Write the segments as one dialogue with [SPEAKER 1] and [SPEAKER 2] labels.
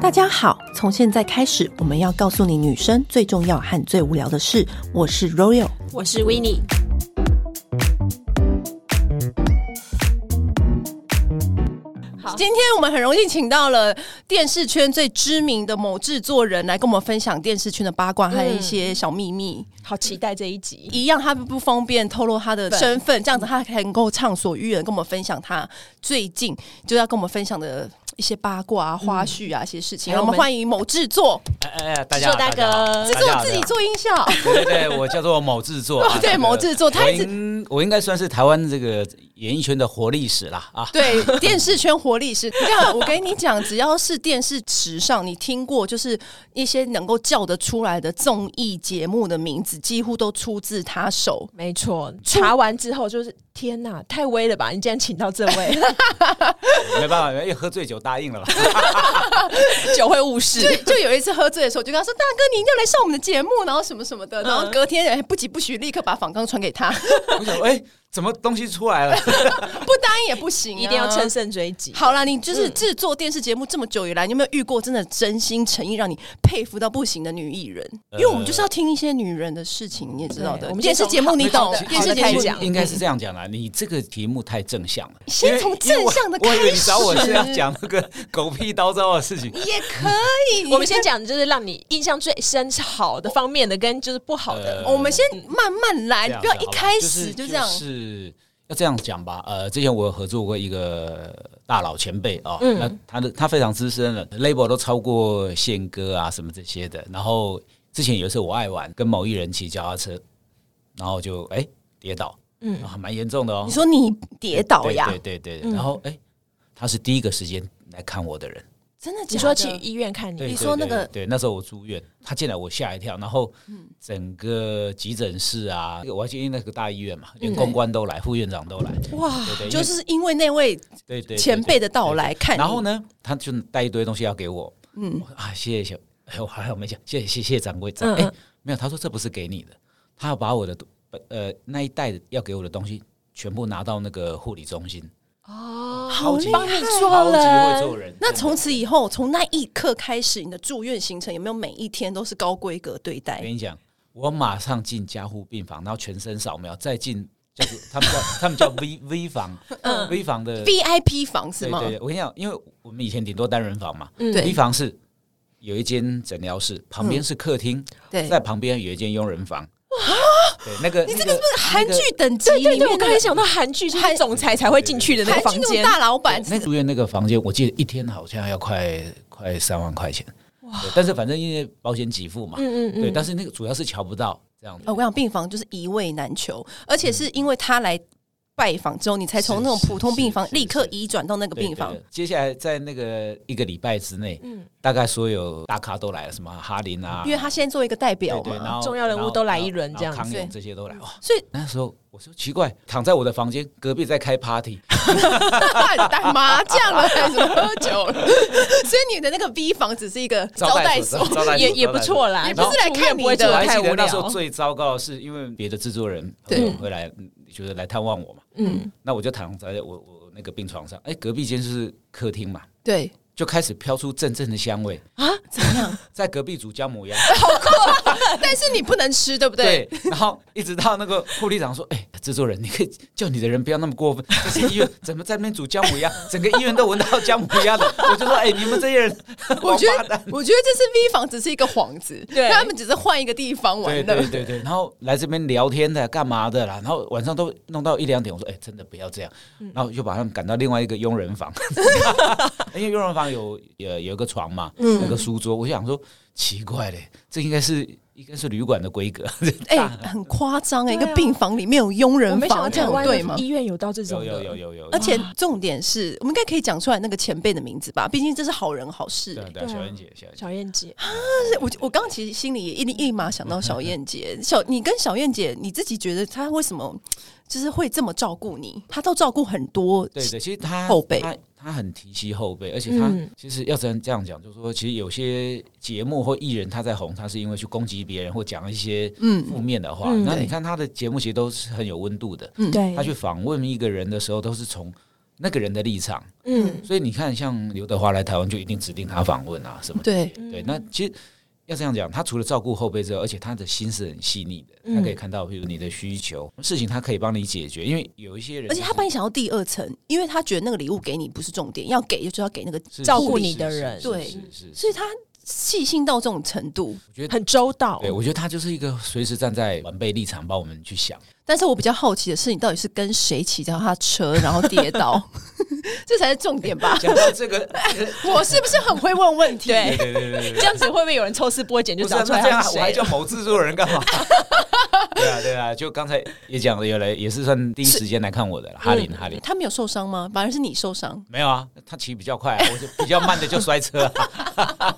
[SPEAKER 1] 大家好，从现在开始，我们要告诉你女生最重要和最无聊的事。我是 Royal，
[SPEAKER 2] 我是 w i n n i e
[SPEAKER 1] 今天我们很荣幸请到了电视圈最知名的某制作人来跟我们分享电视圈的八卦，还有一些小秘密。
[SPEAKER 2] 好期待这一集。
[SPEAKER 1] 一样，他不方便透露他的身份，这样子他才能够畅所欲言，跟我们分享他最近就要跟我们分享的一些八卦啊、花絮啊、一些事情。
[SPEAKER 2] 还有
[SPEAKER 1] 让
[SPEAKER 2] 我
[SPEAKER 1] 我
[SPEAKER 2] 们
[SPEAKER 1] 们欢迎某制作，
[SPEAKER 3] 哎哎哎，大家好
[SPEAKER 2] 制作大哥
[SPEAKER 3] 家好
[SPEAKER 1] 这是
[SPEAKER 3] 大家
[SPEAKER 1] 我
[SPEAKER 3] 好
[SPEAKER 1] 自己
[SPEAKER 3] 大家
[SPEAKER 1] 做音效。
[SPEAKER 3] 好对对对，我叫做某 制作啊，
[SPEAKER 1] 对
[SPEAKER 3] 这个
[SPEAKER 1] 某制作他
[SPEAKER 3] 我
[SPEAKER 1] 一直
[SPEAKER 3] 应我应该算是台湾这个演艺圈的活历史啦啊，
[SPEAKER 1] 对，电视圈活力是这样。我跟你讲，只要是电视时尚，你听过就是一些能够叫得出来的综艺节目的名字，几乎都出自他手。
[SPEAKER 2] 没错，
[SPEAKER 1] 嗯
[SPEAKER 2] 查完之后就是天哪，太威了吧！你竟然请到这 位，
[SPEAKER 3] 没办法，因为喝醉酒答应了啦。
[SPEAKER 2] 酒会误事
[SPEAKER 1] 就就有一次喝醉的时候，我就跟他说：“大哥，你一定要来上我们的节目，然后什么什么的。”然后隔天，哎不急不徐，立刻把访纲传给他，
[SPEAKER 3] 我想说，哎，怎么东西出 来了？
[SPEAKER 1] 不答应也不行啊、
[SPEAKER 2] 一定要乘胜追击。
[SPEAKER 1] 好啦，你就是制作电视节目这么久以来，你有没有遇过真的真心诚意让你佩服到不行的女艺人？因为我们就是要听一些女人的事情，你也知道的。
[SPEAKER 2] 对我们
[SPEAKER 1] 电
[SPEAKER 2] 先
[SPEAKER 1] 视
[SPEAKER 2] 从
[SPEAKER 1] 节目你懂
[SPEAKER 2] 好的，
[SPEAKER 1] 电视
[SPEAKER 2] 好的
[SPEAKER 1] 节
[SPEAKER 2] 开
[SPEAKER 1] 目
[SPEAKER 2] 讲
[SPEAKER 3] 应该是这样讲啦。你这个题目太正向了，
[SPEAKER 1] 先从
[SPEAKER 3] 因为
[SPEAKER 1] 正向的
[SPEAKER 3] 因为我我以为你找我是要
[SPEAKER 1] 开始
[SPEAKER 3] 讲那个狗屁叨叨的事情，
[SPEAKER 1] 也可以。
[SPEAKER 2] 我们先讲，就是让你印象最深是好的方面的，跟就是不好的。
[SPEAKER 3] 呃
[SPEAKER 1] 我们先慢慢来，
[SPEAKER 3] 这
[SPEAKER 1] 你哎
[SPEAKER 3] 样
[SPEAKER 1] 不要
[SPEAKER 3] 子
[SPEAKER 1] 一
[SPEAKER 3] 好吧
[SPEAKER 1] 开
[SPEAKER 3] 是
[SPEAKER 1] 始就这样。
[SPEAKER 3] 就是要这样讲吧，呃，之前我有合作过一个大佬前辈啊、
[SPEAKER 1] 嗯
[SPEAKER 3] 那他的他非常资深了，label 都超过宪哥啊什么这些的。然后之前有一次我爱玩，跟某艺人骑脚踏车，然后就哎、跌倒，嗯，还蛮严重的哦。
[SPEAKER 1] 你说你跌倒呀？嗯
[SPEAKER 3] 对对对对，然后哎、他是第一个时间来看我的人。
[SPEAKER 1] 真的假的？
[SPEAKER 2] 你说去医院看
[SPEAKER 3] 对
[SPEAKER 2] 你，
[SPEAKER 1] 你
[SPEAKER 3] 对
[SPEAKER 1] 说那
[SPEAKER 3] 对
[SPEAKER 1] 个
[SPEAKER 3] 对，那时候我住院，他进来我吓一跳，然后整个急诊室啊，我还记得那个大医院嘛，连公关都来，副院长都来，
[SPEAKER 1] 嗯哇
[SPEAKER 3] 对对，因为
[SPEAKER 1] 就是因为那位
[SPEAKER 3] 对对
[SPEAKER 1] 前辈的到。来
[SPEAKER 3] 对对
[SPEAKER 1] 看你，
[SPEAKER 3] 然后呢，他就带一堆东西要给我，嗯啊，谢谢小，哎，我还好没讲，谢谢谢谢掌柜长，
[SPEAKER 2] 嗯
[SPEAKER 3] 哎、
[SPEAKER 2] 嗯
[SPEAKER 3] 没有，他说这不是给你的，他要把我的呃那一袋要给我的东西全部拿到那个护理中心，
[SPEAKER 2] 哦
[SPEAKER 1] 好厉害
[SPEAKER 2] 帮你
[SPEAKER 3] 超
[SPEAKER 2] 做
[SPEAKER 3] 级会
[SPEAKER 2] 了
[SPEAKER 3] 做。人。
[SPEAKER 1] 那
[SPEAKER 3] 真的
[SPEAKER 1] 从此以后，从那一刻开始，你的住院行程有没有每一天都是高规格对
[SPEAKER 3] 我
[SPEAKER 1] 待
[SPEAKER 3] 跟？你讲，我马上进加护病房，然后全身扫描，再进 叫做他们叫他们叫 V V 房、v 房的
[SPEAKER 1] VIP 房是
[SPEAKER 3] 对
[SPEAKER 1] 吗？
[SPEAKER 3] 对对，我跟你讲，因为我们以前顶多单人房嘛、
[SPEAKER 2] 嗯
[SPEAKER 3] v 房是有一间诊疗室，旁边是客厅，
[SPEAKER 1] 对
[SPEAKER 3] 在旁边有一间佣人房。对，那个
[SPEAKER 1] 你
[SPEAKER 3] 那
[SPEAKER 1] 这个是不是韩剧等级
[SPEAKER 2] 对对
[SPEAKER 1] 里面
[SPEAKER 2] 对，我
[SPEAKER 1] 那
[SPEAKER 2] 刚才
[SPEAKER 1] 个
[SPEAKER 2] 想到韩剧就是总裁才会进去的那
[SPEAKER 1] 韩剧
[SPEAKER 2] 个房
[SPEAKER 1] 那种
[SPEAKER 2] 间，
[SPEAKER 1] 大老板？
[SPEAKER 3] 那住院那个房间，我记得一天好像要快快三万块钱。哇！但是反正因为保险给付嘛，
[SPEAKER 2] 嗯嗯嗯
[SPEAKER 3] 对，但是那个主要是瞧不到这样子
[SPEAKER 1] 呃，我想病房就是一位难求，而且是因为他来拜访之后，你才从那种普通病房
[SPEAKER 3] 嗯是是是
[SPEAKER 1] 立刻移转到那个
[SPEAKER 3] 对
[SPEAKER 1] 病房
[SPEAKER 3] 对。对接下来在那个一个礼拜之内，
[SPEAKER 2] 嗯
[SPEAKER 3] 大概所有大咖都来了，什么哈林啊，
[SPEAKER 1] 因为他现在做一个代表
[SPEAKER 3] 对对，然
[SPEAKER 1] 嘛，
[SPEAKER 3] 后
[SPEAKER 2] 重要人物都来一轮这样子
[SPEAKER 3] 然后康永
[SPEAKER 1] 对
[SPEAKER 3] 这些都来哇。
[SPEAKER 1] 所以
[SPEAKER 3] 那时候我说奇怪，躺在我的房间隔壁在开 party，
[SPEAKER 1] 你打麻将了还是喝酒了？ 所以你的那个 B 房只是一个招待所，
[SPEAKER 3] 招待所
[SPEAKER 2] 也也不错啦。
[SPEAKER 1] 也不是来看你
[SPEAKER 2] 不会
[SPEAKER 1] 的
[SPEAKER 2] 觉
[SPEAKER 3] 我
[SPEAKER 2] 得
[SPEAKER 3] 还
[SPEAKER 2] 太
[SPEAKER 3] 记
[SPEAKER 2] 无
[SPEAKER 3] 得那
[SPEAKER 2] 聊
[SPEAKER 3] 时。候最糟糕的是，因为别的制作人朋友会来，嗯就是来探望我嘛，
[SPEAKER 2] 嗯，
[SPEAKER 3] 那我就躺在我我那个病床上，哎，隔壁间就是客厅嘛，
[SPEAKER 1] 对，
[SPEAKER 3] 就开始飘出阵阵的香味，
[SPEAKER 2] 啊
[SPEAKER 1] 怎么样？
[SPEAKER 3] 在隔壁煮姜母鸭。
[SPEAKER 1] 但是你不能吃，对不对？
[SPEAKER 3] 对， 然后一直到那个护理长说：“哎、制作人，你可以叫你的人不要那么过分， 这是医院怎么在那边煮姜母鸭， 整个医院都闻到姜母鸭的。” 我就说：“哎、你们这些人，
[SPEAKER 1] 我觉
[SPEAKER 3] 王八
[SPEAKER 1] 得
[SPEAKER 3] 蛋，
[SPEAKER 1] 我觉得这是 V 房只是一个幌子，
[SPEAKER 2] 对
[SPEAKER 1] 他们只是换一个地方玩
[SPEAKER 3] 对
[SPEAKER 1] 的。
[SPEAKER 3] 对对对，然后来这边聊天的干嘛的啦，然后晚上都弄到一两点，我说：“哎、真的不要这样。”
[SPEAKER 1] 嗯
[SPEAKER 3] 然后就把他们赶到另外一个佣人房， 因为佣人房有呃有一个床嘛，
[SPEAKER 1] 嗯
[SPEAKER 3] 有个书桌，我想说奇怪嘞，这应该是应该是旅馆的规格，
[SPEAKER 1] 哎、很夸张哎，一
[SPEAKER 2] 对啊
[SPEAKER 1] 个病房里面有佣
[SPEAKER 2] 我
[SPEAKER 1] 人
[SPEAKER 2] 没想到
[SPEAKER 1] 房，这样
[SPEAKER 2] 台
[SPEAKER 1] 有
[SPEAKER 2] 湾
[SPEAKER 1] 对吗
[SPEAKER 2] 的？
[SPEAKER 3] 嗯
[SPEAKER 2] 医院有到这
[SPEAKER 3] 有
[SPEAKER 2] 种
[SPEAKER 3] 有有
[SPEAKER 2] 的，
[SPEAKER 3] 有有，
[SPEAKER 1] 而且重点是我们应该可以讲出来那个前辈的名字吧，毕竟这是好人好事、
[SPEAKER 3] 对啊
[SPEAKER 1] 欸。
[SPEAKER 3] 对啊，
[SPEAKER 2] 对啊
[SPEAKER 3] 小燕姐，小燕姐。
[SPEAKER 2] 小燕姐，
[SPEAKER 1] 但是我我刚刚其实心里也一立马想到小燕姐，小你跟小燕姐你自己觉得她为什么就是会这么照顾你？她都照顾很多，
[SPEAKER 3] 对对，其实他
[SPEAKER 1] 后辈
[SPEAKER 3] 他他很提携后辈，而且他
[SPEAKER 2] 嗯
[SPEAKER 3] 其实要真这样讲，就是说，其实有些节目或艺人他在红，他是因为去攻击别人或讲一些负面的话。
[SPEAKER 2] 嗯
[SPEAKER 3] 那你
[SPEAKER 1] 对
[SPEAKER 3] 看他的节目其实都是很有温度的，
[SPEAKER 1] 嗯
[SPEAKER 2] 对
[SPEAKER 3] 他去访问一个人的时候，都是从那个人的立场。
[SPEAKER 2] 嗯，
[SPEAKER 3] 所以你看，像刘德华来台湾就一定指定他访问啊什么的。
[SPEAKER 1] 对，嗯
[SPEAKER 3] 对，那其实要这样讲，他除了照顾后辈之外，而且他的心是很细腻的，
[SPEAKER 2] 嗯
[SPEAKER 3] 他可以看到，比如你的需求、事情，他可以帮你解决。因为有一些人，
[SPEAKER 1] 而且他把你想到第二层，因为他觉得那个礼物给你不是重点，要给就是要给那个，
[SPEAKER 3] 是
[SPEAKER 2] 照顾
[SPEAKER 3] 是
[SPEAKER 2] 你
[SPEAKER 3] 是
[SPEAKER 2] 的
[SPEAKER 3] 是
[SPEAKER 2] 人
[SPEAKER 3] 是
[SPEAKER 1] 对
[SPEAKER 3] 是是
[SPEAKER 1] 所以他细心到这种程度。
[SPEAKER 3] 我觉得。
[SPEAKER 2] 很周到
[SPEAKER 3] 对，。我觉得他就是一个随时站在晚辈立场帮我们去想，
[SPEAKER 1] 但是我比较好奇的是，你到底是跟谁骑着他车然后跌倒， 这才是重点吧？
[SPEAKER 3] 讲到这个，
[SPEAKER 1] 我是不是很会问问题？
[SPEAKER 2] 对，
[SPEAKER 3] 对对对对，
[SPEAKER 2] 这样子会不会有人抽丝剥茧就
[SPEAKER 3] 不是
[SPEAKER 2] 找
[SPEAKER 3] 啊
[SPEAKER 2] 出
[SPEAKER 3] 那
[SPEAKER 2] 来
[SPEAKER 3] 这样
[SPEAKER 2] 他
[SPEAKER 3] 啊
[SPEAKER 2] 是
[SPEAKER 3] 我还
[SPEAKER 2] 谁
[SPEAKER 3] 叫
[SPEAKER 2] 了？
[SPEAKER 3] 某制作人干嘛？ 对啊对啊，就刚才也讲了，有来也是算第一时间来看我的啦哈林
[SPEAKER 2] 嗯
[SPEAKER 3] 哈林，
[SPEAKER 1] 他没有受伤吗？反而是你受伤。
[SPEAKER 3] 没有啊，他骑比较快啊，我就比较慢的就摔车啊，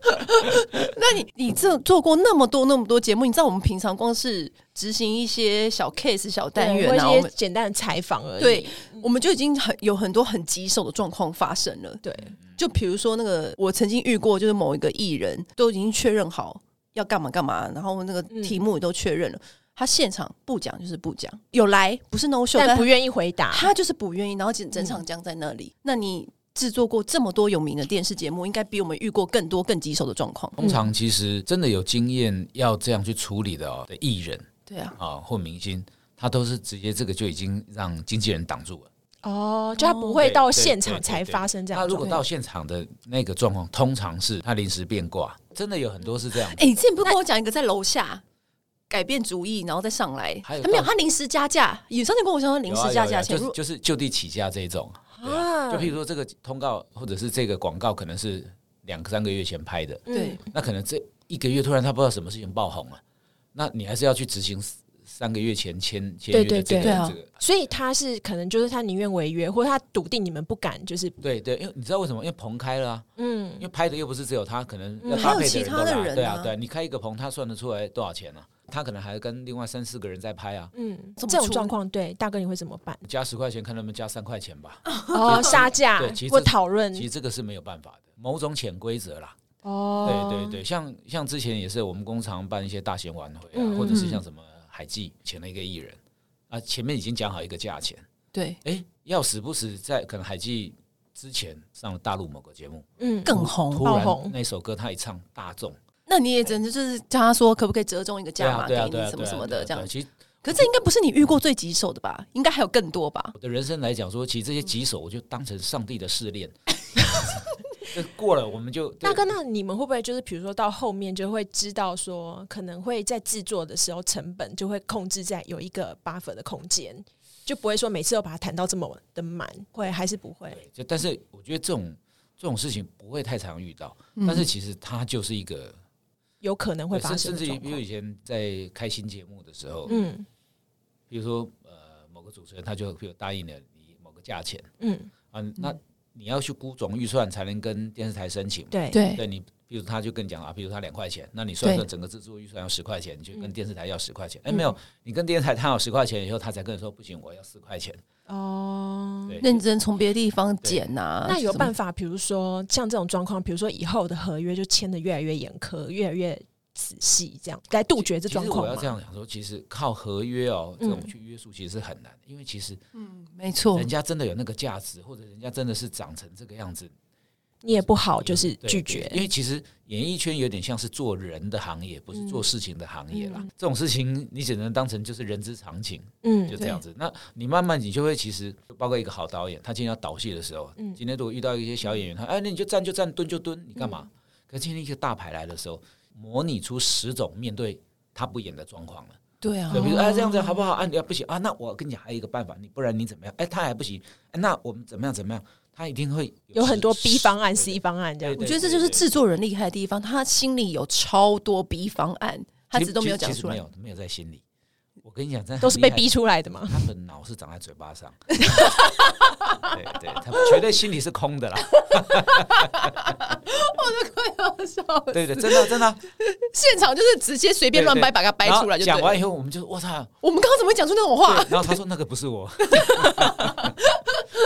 [SPEAKER 1] 那你你这做过那么多那么多节目，你知道我们平常光是执行一些小 case 小单元
[SPEAKER 2] 对
[SPEAKER 1] 啊，
[SPEAKER 2] 或
[SPEAKER 1] 我
[SPEAKER 2] 一些
[SPEAKER 1] 们
[SPEAKER 2] 简单的采访而已。
[SPEAKER 1] 对，我们就已经很有很多很棘手的状况发生了。
[SPEAKER 2] 对，
[SPEAKER 1] 就比如说那个，我曾经遇过，就是某一个艺人都已经确认好要干嘛干嘛，然后那个
[SPEAKER 2] 嗯
[SPEAKER 1] 题目也都确认了，他现场不讲就是不讲，有来不是 no show，
[SPEAKER 2] 但
[SPEAKER 1] 但
[SPEAKER 2] 不愿意回答。
[SPEAKER 1] 他就是不愿意，然后整整场僵在那里。那你制作过这么多有名的电视节目，应该比我们遇过更多更棘手的状况。
[SPEAKER 3] 通常
[SPEAKER 2] 嗯
[SPEAKER 3] 其实真的有经验要这样去处理的哦的艺人
[SPEAKER 1] 对啊，
[SPEAKER 3] 啊、或明星，他都是直接这个就已经让经纪人挡住了。
[SPEAKER 2] 哦，就他不会到现场才发生这样
[SPEAKER 3] 他
[SPEAKER 2] 的
[SPEAKER 3] 如
[SPEAKER 2] 状
[SPEAKER 3] 果
[SPEAKER 2] 况。
[SPEAKER 3] 到现场的那个状况，通常是他临时变卦，真的有很多是这样。
[SPEAKER 1] 哎、你之前不是跟我讲一个在楼下改变主意，然后再上来，
[SPEAKER 3] 还有
[SPEAKER 1] 他没有，
[SPEAKER 3] 到
[SPEAKER 1] 他临时加价。你上次跟我说他临
[SPEAKER 3] 有啊
[SPEAKER 1] 时
[SPEAKER 3] 有
[SPEAKER 1] 加
[SPEAKER 3] 啊
[SPEAKER 1] 价钱，
[SPEAKER 3] 就是
[SPEAKER 1] 如
[SPEAKER 3] 就是就地起价这一种对啊
[SPEAKER 2] 啊
[SPEAKER 3] 就譬如说这个通告或者是这个广告，可能是两三个月前拍的，
[SPEAKER 1] 对，
[SPEAKER 3] 那可能这一个月突然他不知道什么事情爆红了，那你还是要去执行三个月前签签
[SPEAKER 2] 对
[SPEAKER 3] 约
[SPEAKER 2] 对
[SPEAKER 3] 的这个
[SPEAKER 1] 对啊
[SPEAKER 3] 这个。
[SPEAKER 2] 所以他是可能就是他宁愿违约，或者他笃定你们不敢，就是
[SPEAKER 3] 对对，因为你知道为什么？因为棚开了啊，
[SPEAKER 2] 嗯
[SPEAKER 3] 因为拍的又不是只有他，可能要
[SPEAKER 1] 嗯
[SPEAKER 3] 搭
[SPEAKER 1] 还有
[SPEAKER 3] 配
[SPEAKER 1] 其
[SPEAKER 3] 人
[SPEAKER 1] 他
[SPEAKER 3] 都
[SPEAKER 1] 的
[SPEAKER 3] 来
[SPEAKER 1] 人
[SPEAKER 3] 对
[SPEAKER 1] 啊
[SPEAKER 3] 啊，对啊，你开一个棚，他算得出来多少钱啊？他可能还跟另外三四个人在拍啊，
[SPEAKER 2] 嗯，
[SPEAKER 1] 怎么
[SPEAKER 2] 这种
[SPEAKER 1] 处
[SPEAKER 2] 状况，对大哥你会怎么办？
[SPEAKER 3] 加十块钱，看能不能加三块钱吧。
[SPEAKER 1] 嗯
[SPEAKER 2] 哦，杀价
[SPEAKER 3] 对其实
[SPEAKER 2] 或
[SPEAKER 3] 这
[SPEAKER 2] 讨论
[SPEAKER 3] 其实这个是没有办法的，某种潜规则啦。
[SPEAKER 2] 哦，
[SPEAKER 3] 对对对，像像之前也是我们工厂办一些大型晚会啊，
[SPEAKER 2] 嗯
[SPEAKER 3] 或者是
[SPEAKER 1] 嗯
[SPEAKER 3] 像什么海记请了一个艺人啊，前面已经讲好一个价钱，
[SPEAKER 1] 对
[SPEAKER 3] 哎，要时不时在可能海记之前上了大陆某个节目，
[SPEAKER 2] 嗯，
[SPEAKER 1] 更哦红。
[SPEAKER 3] 突
[SPEAKER 2] 爆
[SPEAKER 3] 然
[SPEAKER 2] 红
[SPEAKER 3] 那首歌他一唱大众，
[SPEAKER 1] 那你也只能就是叫他说可不可以折中一个
[SPEAKER 3] 对
[SPEAKER 1] 价
[SPEAKER 3] 啊
[SPEAKER 1] 码
[SPEAKER 3] 对
[SPEAKER 1] 给
[SPEAKER 3] 啊
[SPEAKER 1] 你
[SPEAKER 3] 对啊
[SPEAKER 1] 什
[SPEAKER 3] 对
[SPEAKER 1] 么
[SPEAKER 3] 啊
[SPEAKER 1] 什么
[SPEAKER 3] 对啊
[SPEAKER 1] 的这样
[SPEAKER 3] 对啊。其实
[SPEAKER 1] 可是这应该不是你遇过最棘手的吧？应该还有更多吧？
[SPEAKER 3] 我的人生来讲说，其实这些棘手我就当成上帝的试 炼，这过了我们就
[SPEAKER 2] 大
[SPEAKER 3] 对
[SPEAKER 2] 哥，那你们会不会就是比如说到后面就会知道说，可能会在制作的时候成本就会控制在有一个 buffer 的空间，就不会说每次都把它谈到这么的满，会还是不会？
[SPEAKER 3] 就但是我觉得这种这种事情不会太常遇到，但是其实它就是一个
[SPEAKER 2] 有可嗯能会
[SPEAKER 3] 对
[SPEAKER 2] 发
[SPEAKER 3] 甚
[SPEAKER 2] 生的
[SPEAKER 3] 甚至于
[SPEAKER 2] 状
[SPEAKER 3] 比如
[SPEAKER 2] 况。
[SPEAKER 3] 以前在开新节目的时候，
[SPEAKER 2] 嗯
[SPEAKER 3] 比如说呃某个主持人他就比如答应了你某个价钱
[SPEAKER 2] 嗯，
[SPEAKER 3] 啊，那你要去估总预算才能跟电视台申请嘛。
[SPEAKER 2] 对，
[SPEAKER 1] 对
[SPEAKER 3] 对你，比如他就跟你讲啊，比如他两块钱，那你算
[SPEAKER 1] 对
[SPEAKER 3] 算整个制作预算要十块钱，你就跟
[SPEAKER 2] 嗯
[SPEAKER 3] 电视台要十块钱。哎、
[SPEAKER 2] 嗯
[SPEAKER 3] 没有，你跟电视台谈好十块钱以后，他才跟你说不行，我要四块钱。
[SPEAKER 2] 哦。
[SPEAKER 3] 对，
[SPEAKER 1] 认真从别的地方捡呐、啊。
[SPEAKER 2] 那有
[SPEAKER 1] 什么
[SPEAKER 2] 办法，比如说像这种状况，比如说以后的合约就签的越来越严苛，越来越仔细，这样来杜绝这
[SPEAKER 3] 其
[SPEAKER 2] 状
[SPEAKER 3] 实我
[SPEAKER 2] 况
[SPEAKER 3] 要
[SPEAKER 2] 嘛
[SPEAKER 3] 这样讲说，其实靠合约哦，这种
[SPEAKER 2] 嗯哦
[SPEAKER 3] 去约束其实是很难的，因为其实
[SPEAKER 1] 没错
[SPEAKER 3] 人，家真的有那个价值，或者人家真的是长成这个样子，
[SPEAKER 2] 你也不好哦就是
[SPEAKER 3] 对
[SPEAKER 2] 拒
[SPEAKER 3] 对
[SPEAKER 2] 绝。
[SPEAKER 3] 因为其实演艺圈有点像是做人的行业，不是
[SPEAKER 2] 嗯
[SPEAKER 3] 做事情的行业啦。这种事情你只能当成就是人之常情。
[SPEAKER 2] 嗯
[SPEAKER 3] 就这样子。那你慢慢你就会其实，包括一个好导演，他今天要导戏的时候，
[SPEAKER 2] 嗯
[SPEAKER 3] 今天如果遇到一些小演员，他哎，那你就站就站，蹲就蹲，你干嘛？
[SPEAKER 2] 嗯
[SPEAKER 3] 可今天一个大牌来的时候，模拟出十种面对他不演的状况了。
[SPEAKER 1] 对啊
[SPEAKER 3] 对，，比如说哎这样子好不好？啊，你啊不行啊，那我跟你讲还有一个办法，你不然你怎么样？哎，他还不行，哎，那我们怎么样怎么样？他一定会
[SPEAKER 2] 有很多 B 方案、
[SPEAKER 3] 十
[SPEAKER 2] C 方案这样
[SPEAKER 3] 对。
[SPEAKER 1] 我觉得这就是制作人厉害的地方，他心里有超多 B 方案，他
[SPEAKER 3] 其
[SPEAKER 1] 只是
[SPEAKER 3] 实
[SPEAKER 1] 都没有
[SPEAKER 3] 其实
[SPEAKER 1] 讲
[SPEAKER 3] 其实
[SPEAKER 1] 出来
[SPEAKER 3] 没。有没有在心里。我跟你讲，真的
[SPEAKER 2] 都是被
[SPEAKER 3] 很厉害
[SPEAKER 2] 逼出来的嘛。
[SPEAKER 3] 他们脑是长在嘴巴上， 对对，他们绝对心里是 空的啦。对对，真的真的，
[SPEAKER 1] 现场就是直接随便乱掰，
[SPEAKER 3] 对对
[SPEAKER 1] 把它掰出来就
[SPEAKER 3] 然后讲
[SPEAKER 1] 对了。
[SPEAKER 3] 完以后，我们就我操，
[SPEAKER 1] 我们刚刚怎么会讲出那种
[SPEAKER 3] 对
[SPEAKER 1] 话？
[SPEAKER 3] 然后他说那个不是我，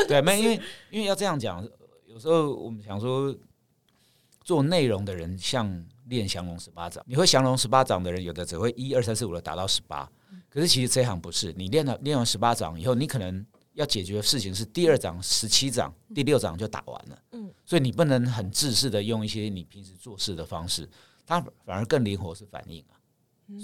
[SPEAKER 3] 对，没有因为因为要这样讲，有时候我们想说做内容的人像练降龙十八掌，你会降龙十八掌的人，有的只会一二三四五的打到十八，可是其实这一行不是，你练了练完十八掌以后，你可能。要解决的事情是第二章、十七章、第六章就打完了。嗯，所以你不能很自私的用一些你平时做事的方式，它反而更灵活是反应啊。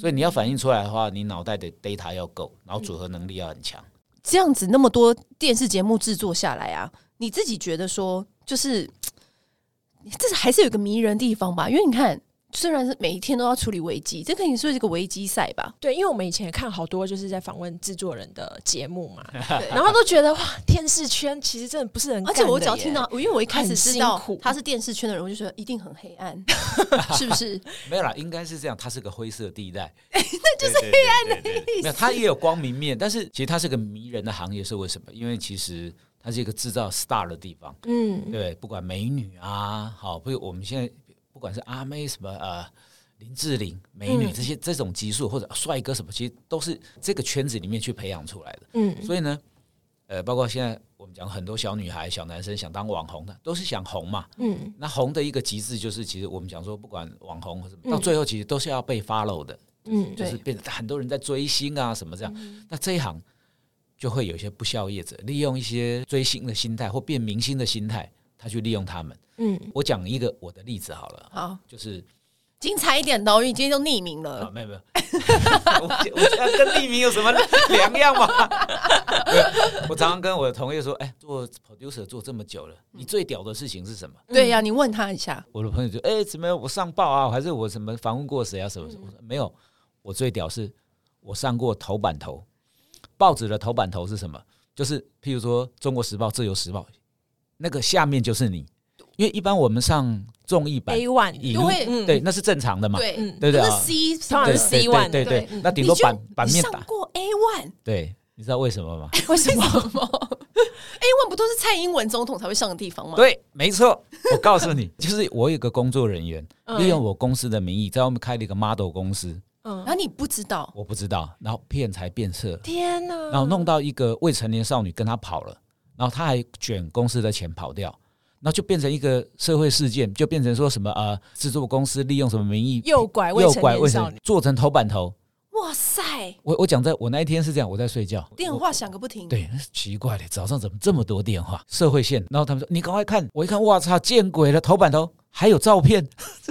[SPEAKER 3] 所以你要反应出来的话，你脑袋的 data 要够，然后组合能力要很强。
[SPEAKER 1] 这样子那么多电视节目制作下来啊，你自己觉得说，就是这是还是有一个迷人的地方吧？因为你看，虽然是每一天都要处理危机，这可以说是一个危机赛吧？
[SPEAKER 2] 对，因为我们以前也看好多就是在访问制作人的节目 嘛，然后都觉得哇，电视圈其实真的不是很，
[SPEAKER 1] 而且我只要听到，，因为我一开始
[SPEAKER 2] 很辛
[SPEAKER 1] 知道
[SPEAKER 2] 苦
[SPEAKER 1] 他是电视圈的人，我就觉得一定很黑 暗，是不是？
[SPEAKER 3] 没有啦，应该是这样，它是个灰色地带， 那就是黑暗的意思。没有，它也有光明面，但是其实它是个迷人的行业，是为什么？因为其实它是一个制造 star 的地方，
[SPEAKER 2] 嗯，
[SPEAKER 3] 对，不管美女啊，好，不，我们现在不管是阿妹什么呃。林志玲、美女这些、这种级数，或者啊帅哥什么，其实都是这个圈子里面去培养出来的。
[SPEAKER 2] 嗯，
[SPEAKER 3] 所以呢，呃，包括现在我们讲很多小女孩、小男生想当网红的，都是想红嘛。
[SPEAKER 2] 嗯，
[SPEAKER 3] 那红的一个极致就是，其实我们讲说，不管网红或什么，到最后其实都是要被 follow 的，
[SPEAKER 2] 嗯，
[SPEAKER 3] 就是
[SPEAKER 1] 对
[SPEAKER 3] 变得很多人在追星啊什么这样。那这一行就会有一些不肖业者，利用一些追星的心态或变明星的心态，他去利用他们。
[SPEAKER 2] 嗯，
[SPEAKER 3] 我讲一个我的例子好了，
[SPEAKER 1] 好，
[SPEAKER 3] 就是
[SPEAKER 1] 精彩一点的哦，因为你今天都匿名
[SPEAKER 3] 啊，
[SPEAKER 1] 了，
[SPEAKER 3] 没有 没有，我我觉得跟匿名有什么两样吗？ 没有我常常跟我的同业说，哎，做 producer 做这么久了，你最屌的事情是什么？
[SPEAKER 2] 嗯
[SPEAKER 1] 对呀、你问他一下，
[SPEAKER 3] 我的朋友就，哎，怎么样我上报啊，还是我什么访问过谁啊？什么什么？我说没有，我最屌是我上过头版头，报纸的头版头是什么？就是譬如说《中国时报》《自由时报》，那个下面就是你，因为一般我们上综艺版
[SPEAKER 2] A one，
[SPEAKER 3] 影
[SPEAKER 1] 都会
[SPEAKER 3] 音，对，那是正常的嘛。
[SPEAKER 1] 对，
[SPEAKER 2] 嗯
[SPEAKER 3] 对对
[SPEAKER 1] 不
[SPEAKER 3] 啊
[SPEAKER 1] 是 C，
[SPEAKER 2] 通常
[SPEAKER 3] 对
[SPEAKER 2] 是
[SPEAKER 1] 什么
[SPEAKER 2] C
[SPEAKER 3] 对
[SPEAKER 2] one
[SPEAKER 3] 对对
[SPEAKER 1] 对
[SPEAKER 3] 对，那顶多
[SPEAKER 1] 你就
[SPEAKER 3] 版版面
[SPEAKER 1] 你
[SPEAKER 3] 打
[SPEAKER 1] 上，过 A one，
[SPEAKER 3] 对，你知道为什么吗？
[SPEAKER 2] 为什么？
[SPEAKER 1] A one 不都是蔡英文总统才会上的地方吗？
[SPEAKER 3] 对，啊没错，我告诉你，就是我有个工作人员，
[SPEAKER 2] 嗯
[SPEAKER 3] 利用我公司的名义在外面开了一个 model 公司，
[SPEAKER 2] 嗯
[SPEAKER 1] 然，后你不知道，
[SPEAKER 3] 我不知道，然后骗财骗色，
[SPEAKER 2] 天啊哪！
[SPEAKER 3] 然后弄到一个未成年少女跟他跑了，然后他还卷公司的钱跑掉，然后就变成一个社会事件，就变成说什么呃，制作公司利用什么名义
[SPEAKER 2] 诱拐未
[SPEAKER 3] 诱
[SPEAKER 2] 成
[SPEAKER 3] 拐
[SPEAKER 2] 年
[SPEAKER 3] 未
[SPEAKER 2] 少
[SPEAKER 3] 成
[SPEAKER 2] 女
[SPEAKER 3] 年，，做成头版头。
[SPEAKER 1] 哇塞，
[SPEAKER 3] 我我讲在，我那一天是这样，我在睡觉，
[SPEAKER 1] 电
[SPEAKER 3] 我
[SPEAKER 1] 话响个不停，
[SPEAKER 3] 对，奇怪了，早上怎么这么多电话？社会线，然后他们说你赶快看，我一看，哇操，见鬼了，头版头还有照片，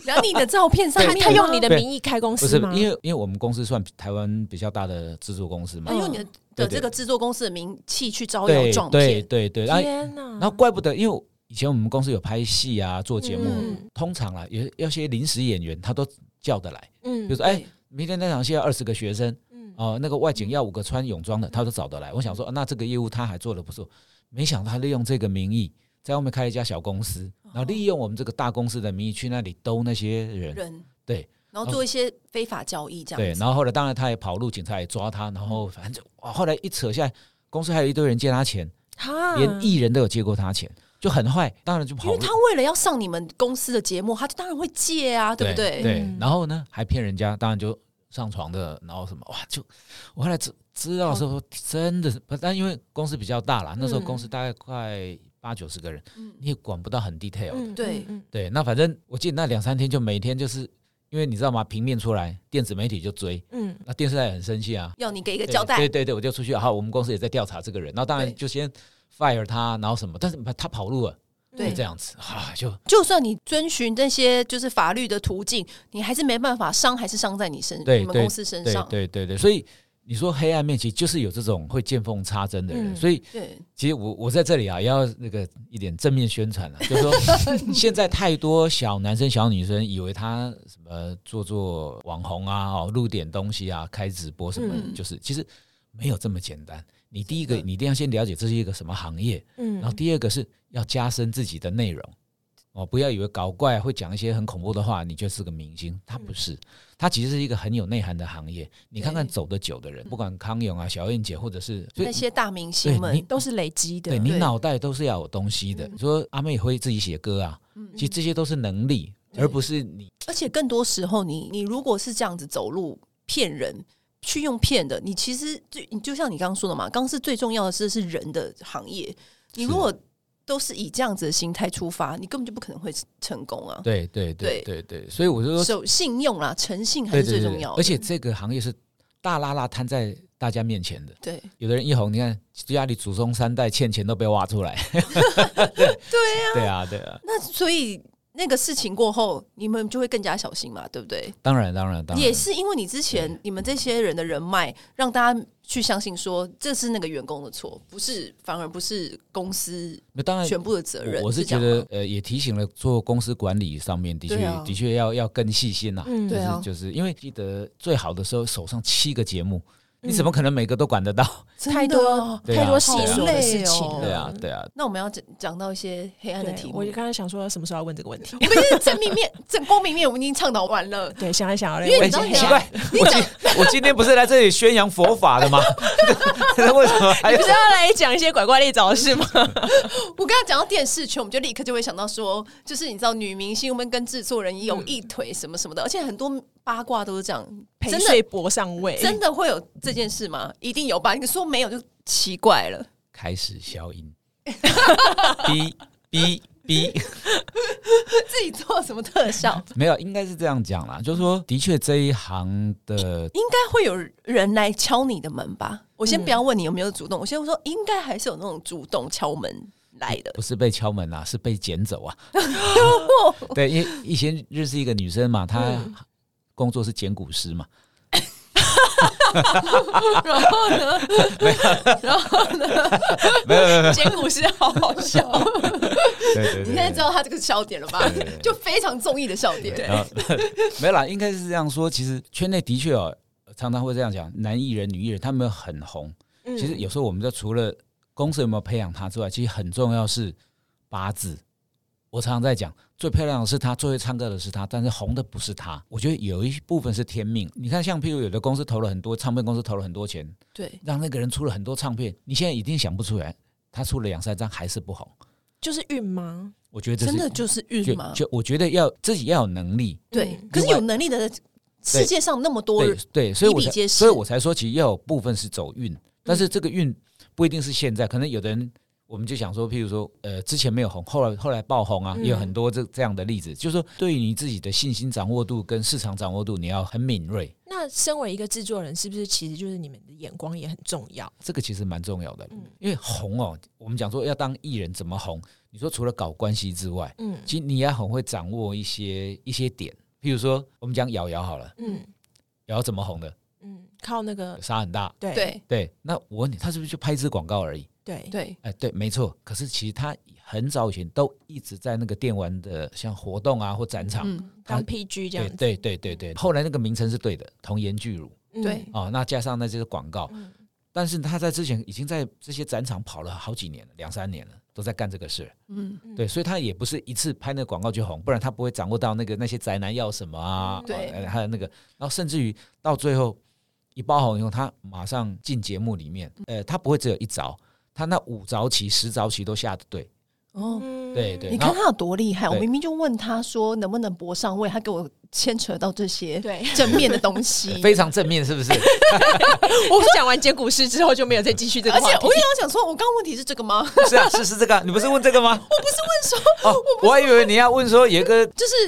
[SPEAKER 1] 然后你的照片上
[SPEAKER 2] 他
[SPEAKER 1] 面，
[SPEAKER 2] 他用你的
[SPEAKER 3] 对
[SPEAKER 2] 名义开公
[SPEAKER 3] 不
[SPEAKER 2] 司
[SPEAKER 3] 是
[SPEAKER 2] 吗？
[SPEAKER 3] 因为因为我们公司算台湾比较大的制作公司嘛
[SPEAKER 1] 他，用你的的
[SPEAKER 3] 对对
[SPEAKER 1] 这个制作公司的名气去招摇
[SPEAKER 3] 对
[SPEAKER 1] 撞
[SPEAKER 3] 对
[SPEAKER 1] 骗，
[SPEAKER 3] 对啊对，然后
[SPEAKER 2] 天哪！
[SPEAKER 1] 嗯
[SPEAKER 3] 然后怪不得，因为以前我们公司有拍戏啊，做节目，
[SPEAKER 2] 嗯
[SPEAKER 3] 通常啦，有有些临时演员他都叫得来，比如
[SPEAKER 2] 嗯
[SPEAKER 3] 说哎
[SPEAKER 1] 对，
[SPEAKER 3] 明天那场戏要二十个学生，
[SPEAKER 2] 嗯
[SPEAKER 3] 哦、那个外景要五个穿泳装的，他都找得来。我想说，啊那这个业务他还做得不错，没想到他利用这个名义，在外面开了一家小公司，
[SPEAKER 1] 哦
[SPEAKER 3] 然后利用我们这个大公司的名义去那里兜那些人，
[SPEAKER 1] 人，
[SPEAKER 3] 对
[SPEAKER 1] 然后做一些非法交易这
[SPEAKER 3] 对。
[SPEAKER 1] 样子，
[SPEAKER 3] 然后后来当然他也跑路，警察也抓他，然后反正就哇，后来一扯下来，公司还有一堆人借他钱，
[SPEAKER 2] 哈嗯
[SPEAKER 3] 连艺人都有借过他钱，就很坏，当然就
[SPEAKER 1] 嗯因
[SPEAKER 3] 跑
[SPEAKER 1] 为
[SPEAKER 3] 路。
[SPEAKER 1] 他为了要上你们公司的节目，他当然会借啊，对不对？
[SPEAKER 2] 嗯
[SPEAKER 3] 然后呢，还骗人家，当然就上床的，然后什么哇，就我后来知知道的时候，
[SPEAKER 1] 嗯
[SPEAKER 3] 真的是，不但因为公司比较大啦，那时候公司大概快八九十个人，
[SPEAKER 1] 嗯
[SPEAKER 3] 你也管不到很 detail 的。
[SPEAKER 2] 嗯
[SPEAKER 1] 对
[SPEAKER 2] 嗯
[SPEAKER 3] 对，那反正我记得那两三天就每天就是因为你知道吗，平面出来，电子媒体就追，
[SPEAKER 2] 嗯
[SPEAKER 3] 那电视台也很生气啊，
[SPEAKER 1] 要你给一个
[SPEAKER 3] 对
[SPEAKER 1] 交代
[SPEAKER 3] 对，对对，我就出去，好，我们公司也在调查这个人，那当然
[SPEAKER 1] 对
[SPEAKER 3] 就先 fire 他，然后什么，但是他跑路了，就
[SPEAKER 1] 对
[SPEAKER 3] 这样子啊，就
[SPEAKER 1] 就算你遵循这些就是法律的途径，你还是没办法伤，还是伤在你身，
[SPEAKER 3] 对
[SPEAKER 1] 你们
[SPEAKER 3] 对
[SPEAKER 1] 公司身
[SPEAKER 3] 对
[SPEAKER 1] 上，
[SPEAKER 3] 对对对，所以你说黑暗面其实就是有这种会见缝插针的人，
[SPEAKER 2] 嗯
[SPEAKER 3] 所以
[SPEAKER 1] 对，
[SPEAKER 3] 其实我我在这里啊，也要那个一点正面 宣传了、就是说现在太多小男生小女生以为他什么做做网红啊，哦录点东西啊，开直播什么的，
[SPEAKER 1] 嗯
[SPEAKER 3] 就是其实没有这么简单。你第一个，
[SPEAKER 1] 真的
[SPEAKER 3] 你一定要先了解这是一个什么行业，
[SPEAKER 2] 嗯
[SPEAKER 3] 然后第二个是要加深自己的内容哦，不要以为搞怪会讲一些很恐怖的话，你就是个明星，他不是，他其实是一个很有内涵的行业。你看看
[SPEAKER 1] 嗯对嗯
[SPEAKER 3] 走得久的人，不管康永啊、小燕姐，或者是所以
[SPEAKER 1] 那些大明
[SPEAKER 3] 对
[SPEAKER 1] 星们
[SPEAKER 3] 你，
[SPEAKER 2] 都是累积的，
[SPEAKER 3] 对你
[SPEAKER 1] 对嗯
[SPEAKER 3] 脑袋都是要有东西的。你说阿妹也会自己写歌啊，其实这些都是能力，而不是你
[SPEAKER 1] 而且更多时候你，你如果是这样子走路骗人，去用骗的，你其实就你就像你刚刚说的嘛，刚刚是最重要的是是人的行业，你如果都是以这样子的心态出发，你根本就不可能会成功啊。
[SPEAKER 3] 对对对对对，所以我就说
[SPEAKER 1] 守信用啦，诚信还
[SPEAKER 3] 对
[SPEAKER 1] 是
[SPEAKER 3] 对
[SPEAKER 1] 最
[SPEAKER 3] 对
[SPEAKER 1] 重
[SPEAKER 3] 对，
[SPEAKER 1] 要的。
[SPEAKER 3] 而且这个行业是大拉拉摊在大家面前的。
[SPEAKER 1] 对
[SPEAKER 3] 有的人一红，你看家里祖宗三代欠钱都被挖出来。
[SPEAKER 1] 对呀、
[SPEAKER 3] 对啊，对啊，
[SPEAKER 1] 那所以那个事情过后，你们就会更加小心嘛，对不对？
[SPEAKER 3] 当然，当然，当然
[SPEAKER 1] 也。是因为你之前你们这些人的人脉，让大家去相信说这是那个员工的错，不是反而不是公司
[SPEAKER 3] 那当然，
[SPEAKER 1] 全部的责任。
[SPEAKER 3] 我我是
[SPEAKER 1] 这
[SPEAKER 3] 觉
[SPEAKER 1] 样
[SPEAKER 3] 得
[SPEAKER 1] 吗，
[SPEAKER 3] 呃，也提醒了做公司管理上面的
[SPEAKER 1] 对
[SPEAKER 3] 确、
[SPEAKER 1] 啊
[SPEAKER 3] 的确要要更细心呐、
[SPEAKER 2] 嗯
[SPEAKER 1] 对啊
[SPEAKER 3] 就是就是因为记得最好的时候手上七个节目，
[SPEAKER 2] 嗯
[SPEAKER 3] 你怎么可能每个都管得到？
[SPEAKER 1] 真
[SPEAKER 2] 太
[SPEAKER 1] 的
[SPEAKER 2] 多
[SPEAKER 1] 哦
[SPEAKER 3] 对啊
[SPEAKER 2] 太多细
[SPEAKER 1] 好
[SPEAKER 2] 琐
[SPEAKER 1] 累
[SPEAKER 2] 的事情
[SPEAKER 1] 哦
[SPEAKER 2] 了。
[SPEAKER 3] 对啊，对啊，
[SPEAKER 1] 那我们要讲讲到一些黑暗的
[SPEAKER 2] 对
[SPEAKER 1] 题，目，
[SPEAKER 2] 我
[SPEAKER 1] 我
[SPEAKER 2] 就刚刚想说什么时候要问这个问题。
[SPEAKER 1] 们是正面面、正光明面，我们已经倡导完 了。
[SPEAKER 2] 对，想来想来，
[SPEAKER 1] 因为
[SPEAKER 3] 哎
[SPEAKER 1] 你知道
[SPEAKER 3] 奇怪，我今我今天不是来这里宣扬佛法的吗？ 那为什么还
[SPEAKER 2] 你
[SPEAKER 3] 有
[SPEAKER 2] 不是？要来讲一些拐怪力找的事吗？
[SPEAKER 1] 我刚刚讲到电视圈，我们就立刻就会想到说，就是你知道女明星们跟制作人有一腿什么什么的，而且很多八卦都是这样，
[SPEAKER 2] 陪
[SPEAKER 1] 真的
[SPEAKER 2] 睡博上位，
[SPEAKER 1] 真的会有这件事吗？一定有吧？你说没有就奇怪了。
[SPEAKER 3] 开始消音， 哔哔哔，
[SPEAKER 1] 自己做什么特效？
[SPEAKER 3] 没有，应该是这样讲啦，就是说，的确这一行的
[SPEAKER 1] 应该会有人来敲你的门吧？我先不要问你有没有主动，我先说应该还是有那种主动敲门来的。
[SPEAKER 3] 不是被敲门 啊，是被捡走啊。 对，因为以前认识一个女生嘛，她工作是捡古诗嘛，
[SPEAKER 1] 然后呢？然后
[SPEAKER 3] 没有没有没有，
[SPEAKER 1] 简古是好好笑，
[SPEAKER 3] 对对对，
[SPEAKER 1] 你现在知道他这个笑点了吧
[SPEAKER 3] 对对对？
[SPEAKER 1] 就非常综艺的笑点。
[SPEAKER 3] 然后 没有啦，应该是这样说。其实圈内的确哦，常常会这样讲，男艺人、女艺人他们很红。
[SPEAKER 2] 嗯
[SPEAKER 3] 其实有时候我们在除了公司有没有培养他之外，其实很重要是八字。我常常在讲，最漂亮的是她，最会唱歌的是她，但是红的不是她。我觉得有一部分是天命。你看，像譬如有的公司投了很多，唱片公司投了很多钱，
[SPEAKER 1] 对，
[SPEAKER 3] 让那个人出了很多唱片，你现在一定想不出来，他出了两三张还是不红。
[SPEAKER 2] 就是运吗？
[SPEAKER 3] 我觉得这是
[SPEAKER 1] 真的就是
[SPEAKER 3] 就
[SPEAKER 1] 运嘛。
[SPEAKER 3] 就我觉得要自己要有能力，
[SPEAKER 1] 对
[SPEAKER 2] 嗯，
[SPEAKER 1] 可是有能力的世界上那么多
[SPEAKER 3] 对
[SPEAKER 1] 人，
[SPEAKER 3] 对，所以
[SPEAKER 1] 比
[SPEAKER 3] 我
[SPEAKER 1] 比皆
[SPEAKER 3] 才
[SPEAKER 1] 是
[SPEAKER 3] 所以我才说，其实要有部分是走运，但是这个运不一定是现在，可能有的人我们就想说，譬如说，呃，之前没有红，后来后来爆红啊，
[SPEAKER 2] 嗯
[SPEAKER 3] 也有很多这这样的例子，就是说，对于你自己的信心掌握度跟市场掌握度，你要很敏锐，
[SPEAKER 2] 那身为一个制作人，是不是其实就是你们的眼光也很重要？
[SPEAKER 3] 这个其实蛮重要的
[SPEAKER 2] 嗯，
[SPEAKER 3] 因为红哦，我们讲说要当艺人怎么红，你说除了搞关系之外，
[SPEAKER 2] 嗯
[SPEAKER 3] 其实你也很会掌握一些一些点，譬如说，我们讲瑶瑶好了，
[SPEAKER 2] 嗯
[SPEAKER 3] 瑶瑶怎么红的，
[SPEAKER 2] 嗯，靠那个
[SPEAKER 3] 沙很大，
[SPEAKER 2] 对
[SPEAKER 1] 对
[SPEAKER 3] 对，那我问你，他是不是就拍一支广告而已？
[SPEAKER 2] 对
[SPEAKER 1] 对
[SPEAKER 3] 哎，对，没错。可是其实他很早以前都一直在那个电玩的像活动啊或展场，
[SPEAKER 1] 嗯，
[SPEAKER 3] 他
[SPEAKER 2] 当 PG 这样
[SPEAKER 3] 对
[SPEAKER 2] 子，
[SPEAKER 3] 对对对对。后来那个名称是对的，童颜巨乳
[SPEAKER 2] 嗯
[SPEAKER 1] 对
[SPEAKER 3] 啊、哦，那加上那些广告，
[SPEAKER 2] 嗯
[SPEAKER 3] 但是他在之前已经在这些展场跑了好几年了，两三年了，都在干这个事。
[SPEAKER 1] 嗯，
[SPEAKER 2] 嗯
[SPEAKER 3] 对，所以他也不是一次拍那个广告就红，不然他不会掌握到那个那些宅男要什么啊，
[SPEAKER 1] 嗯对
[SPEAKER 3] 呃还有那个，然后甚至于到最后一爆红以后，他马上进节目里面，呃，他不会只有一招，他那五招棋、十招棋都下的对，
[SPEAKER 1] 哦。
[SPEAKER 2] 嗯
[SPEAKER 3] 对对
[SPEAKER 1] 你
[SPEAKER 3] 然
[SPEAKER 1] 看
[SPEAKER 3] 后
[SPEAKER 1] 他有多厉害！我
[SPEAKER 3] 对
[SPEAKER 1] 明明就问他说能不能搏上位，他给我牵扯到这些
[SPEAKER 2] 对。
[SPEAKER 1] 正面的东西。
[SPEAKER 3] 呃 非常正面，是不是？
[SPEAKER 2] 我讲完简古诗之后就没有再继续这个
[SPEAKER 1] 而且
[SPEAKER 2] 话题
[SPEAKER 1] 我也要想说，我刚刚问题是这个吗？
[SPEAKER 3] 是啊，是是这个啊，你不是问这个吗？我不是问说，哦，我还以为你要问说有一 个，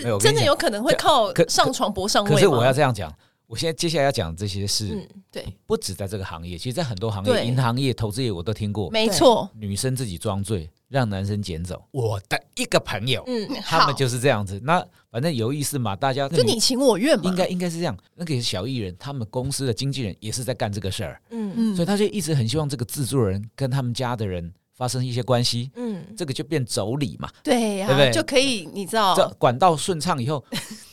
[SPEAKER 3] 没
[SPEAKER 1] 就
[SPEAKER 3] 有我
[SPEAKER 1] 是真
[SPEAKER 3] 跟你
[SPEAKER 1] 的
[SPEAKER 3] 讲
[SPEAKER 1] 有可能会靠
[SPEAKER 3] 可可
[SPEAKER 1] 上床搏上位
[SPEAKER 3] 可是我
[SPEAKER 1] 吗
[SPEAKER 3] 要这样讲，我现在接下来要讲这些事，
[SPEAKER 2] 嗯
[SPEAKER 1] 对，
[SPEAKER 3] 不止在这个行业，其实在很多行业，
[SPEAKER 1] 对
[SPEAKER 3] 银行业、投资业我都听过，
[SPEAKER 1] 没错，
[SPEAKER 3] 女生自己装醉，让男生捡走。我的一个朋友，
[SPEAKER 2] 嗯，
[SPEAKER 3] 他
[SPEAKER 1] 好
[SPEAKER 3] 们就是这样子。那反正有意思嘛，大家
[SPEAKER 1] 就你情我愿嘛，
[SPEAKER 3] 应该应该是这样。那个小艺人，他们公司的经纪人也是在干这个事儿，
[SPEAKER 2] 嗯
[SPEAKER 1] 嗯
[SPEAKER 3] 所以他就一直很希望这个制作人跟他们家的人发生一些关系，
[SPEAKER 2] 嗯，哦
[SPEAKER 3] 这个就变妯娌嘛。
[SPEAKER 1] 对呀、
[SPEAKER 3] 对不对
[SPEAKER 1] 就可以你知
[SPEAKER 3] 这
[SPEAKER 1] 道，
[SPEAKER 3] 管道顺 畅以后，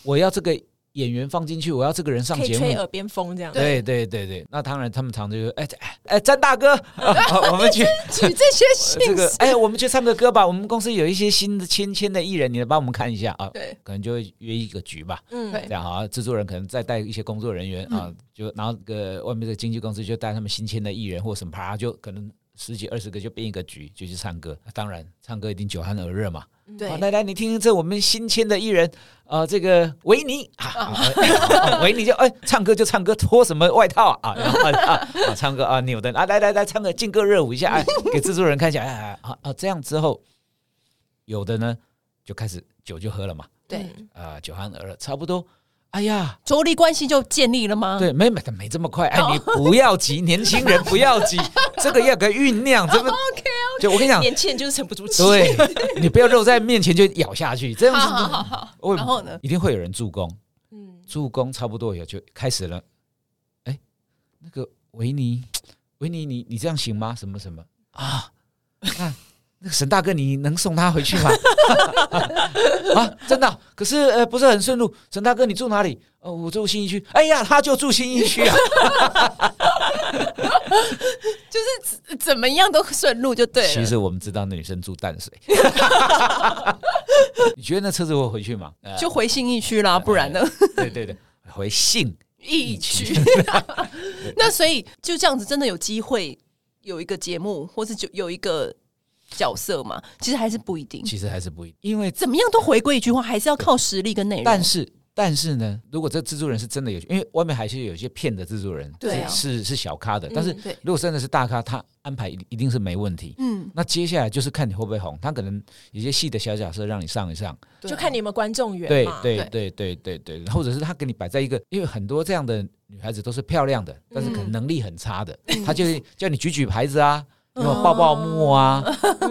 [SPEAKER 3] 我要这个演员放进去，我要这个人上
[SPEAKER 2] 可以
[SPEAKER 3] 节
[SPEAKER 2] 吹
[SPEAKER 3] 目。
[SPEAKER 2] 耳边风这样，
[SPEAKER 3] 对对对对，那当然，他们常常就说：“哎哎哎，詹 大哥，啊我们去
[SPEAKER 1] 举这些信息，
[SPEAKER 3] 这个哎，我们去唱个歌吧。我们公司有一些新的签签的艺人，你来帮我们看一下啊。
[SPEAKER 1] 对
[SPEAKER 3] 可能就会约一个局吧，
[SPEAKER 2] 嗯
[SPEAKER 1] 对
[SPEAKER 3] 这样啊，制作人可能再带一些工作人员啊，就然后个外面的经纪公司就带他们新签的艺人或什么啪，就可能十几二十个就编一个局，就去唱歌。啊当然，唱歌一定酒酣耳热嘛。
[SPEAKER 1] 对
[SPEAKER 3] 啊，来来，你听听这我们新签的艺人，呃，这个维尼啊啊，啊维尼就哎唱歌就唱歌，脱什么外套啊 啊然后啊啊，唱歌啊扭的啊，来来来，唱个劲歌热舞一下，哎，给制作人看一下，哎哎哎啊啊，这样之后，有的呢就开始酒就喝了嘛，
[SPEAKER 1] 对
[SPEAKER 2] 嗯
[SPEAKER 3] 啊，酒酣耳热，差不多哎呀，
[SPEAKER 1] 着力关系就建立了吗？
[SPEAKER 3] 对，没没没这么快，哎，你不要急，年轻人不要急，这个要给酝酿，这个
[SPEAKER 1] OK，
[SPEAKER 3] 就我跟你讲，
[SPEAKER 2] 年轻人就是沉不住气。
[SPEAKER 3] 对你不要肉在面前就咬下去，这样
[SPEAKER 1] 好
[SPEAKER 3] 子
[SPEAKER 1] 好好好。
[SPEAKER 3] 我
[SPEAKER 1] 然后呢？
[SPEAKER 3] 一定会有人助攻，
[SPEAKER 2] 嗯，
[SPEAKER 3] 助攻差不多也就开始了。哎，那个维尼，维尼，你你这样行吗？什么什么啊？那那个沈大哥，你能送他回去吗？ 啊，真的啊、可是呃不是很顺路。沈大哥，你住哪里？哦，我住新一区。哎呀，他就住新一区啊。
[SPEAKER 1] 就是怎怎么样都顺路就对了。
[SPEAKER 3] 其实我们知道那女生住淡水。 你觉得那车子会回去吗？呃
[SPEAKER 1] 就回信义区啦，不然呢？
[SPEAKER 3] 对对对，回信
[SPEAKER 1] 义区。 那所以就这样子，真的有机会有一个节目，或是就有一个角色嘛？其实还是不一定，
[SPEAKER 3] 其实还是不一定，因为
[SPEAKER 1] 怎么样都回归一句话，还是要靠实力跟内容。
[SPEAKER 3] 但是但是呢，如果这制作人是真的有，因为外面还是有一些骗的制作人，
[SPEAKER 1] 对啊
[SPEAKER 3] 是是是小咖的，但是
[SPEAKER 1] 对
[SPEAKER 3] 如果真的是大咖，他安排一一定是没问题。
[SPEAKER 1] 嗯，
[SPEAKER 3] 那接下来就是看你会不会红，他可能有些戏的小角色让你上一上，
[SPEAKER 1] 对啊
[SPEAKER 2] 就看你有没有观众缘
[SPEAKER 3] 对
[SPEAKER 2] 嘛。
[SPEAKER 3] 对对对对对，或者是他给你摆在一个，因为很多这样的女孩子都是漂亮的，
[SPEAKER 1] 嗯
[SPEAKER 3] 但是可能能力很差的，他就叫你举举牌子啊，
[SPEAKER 1] 哦
[SPEAKER 3] 有没有抱抱木啊，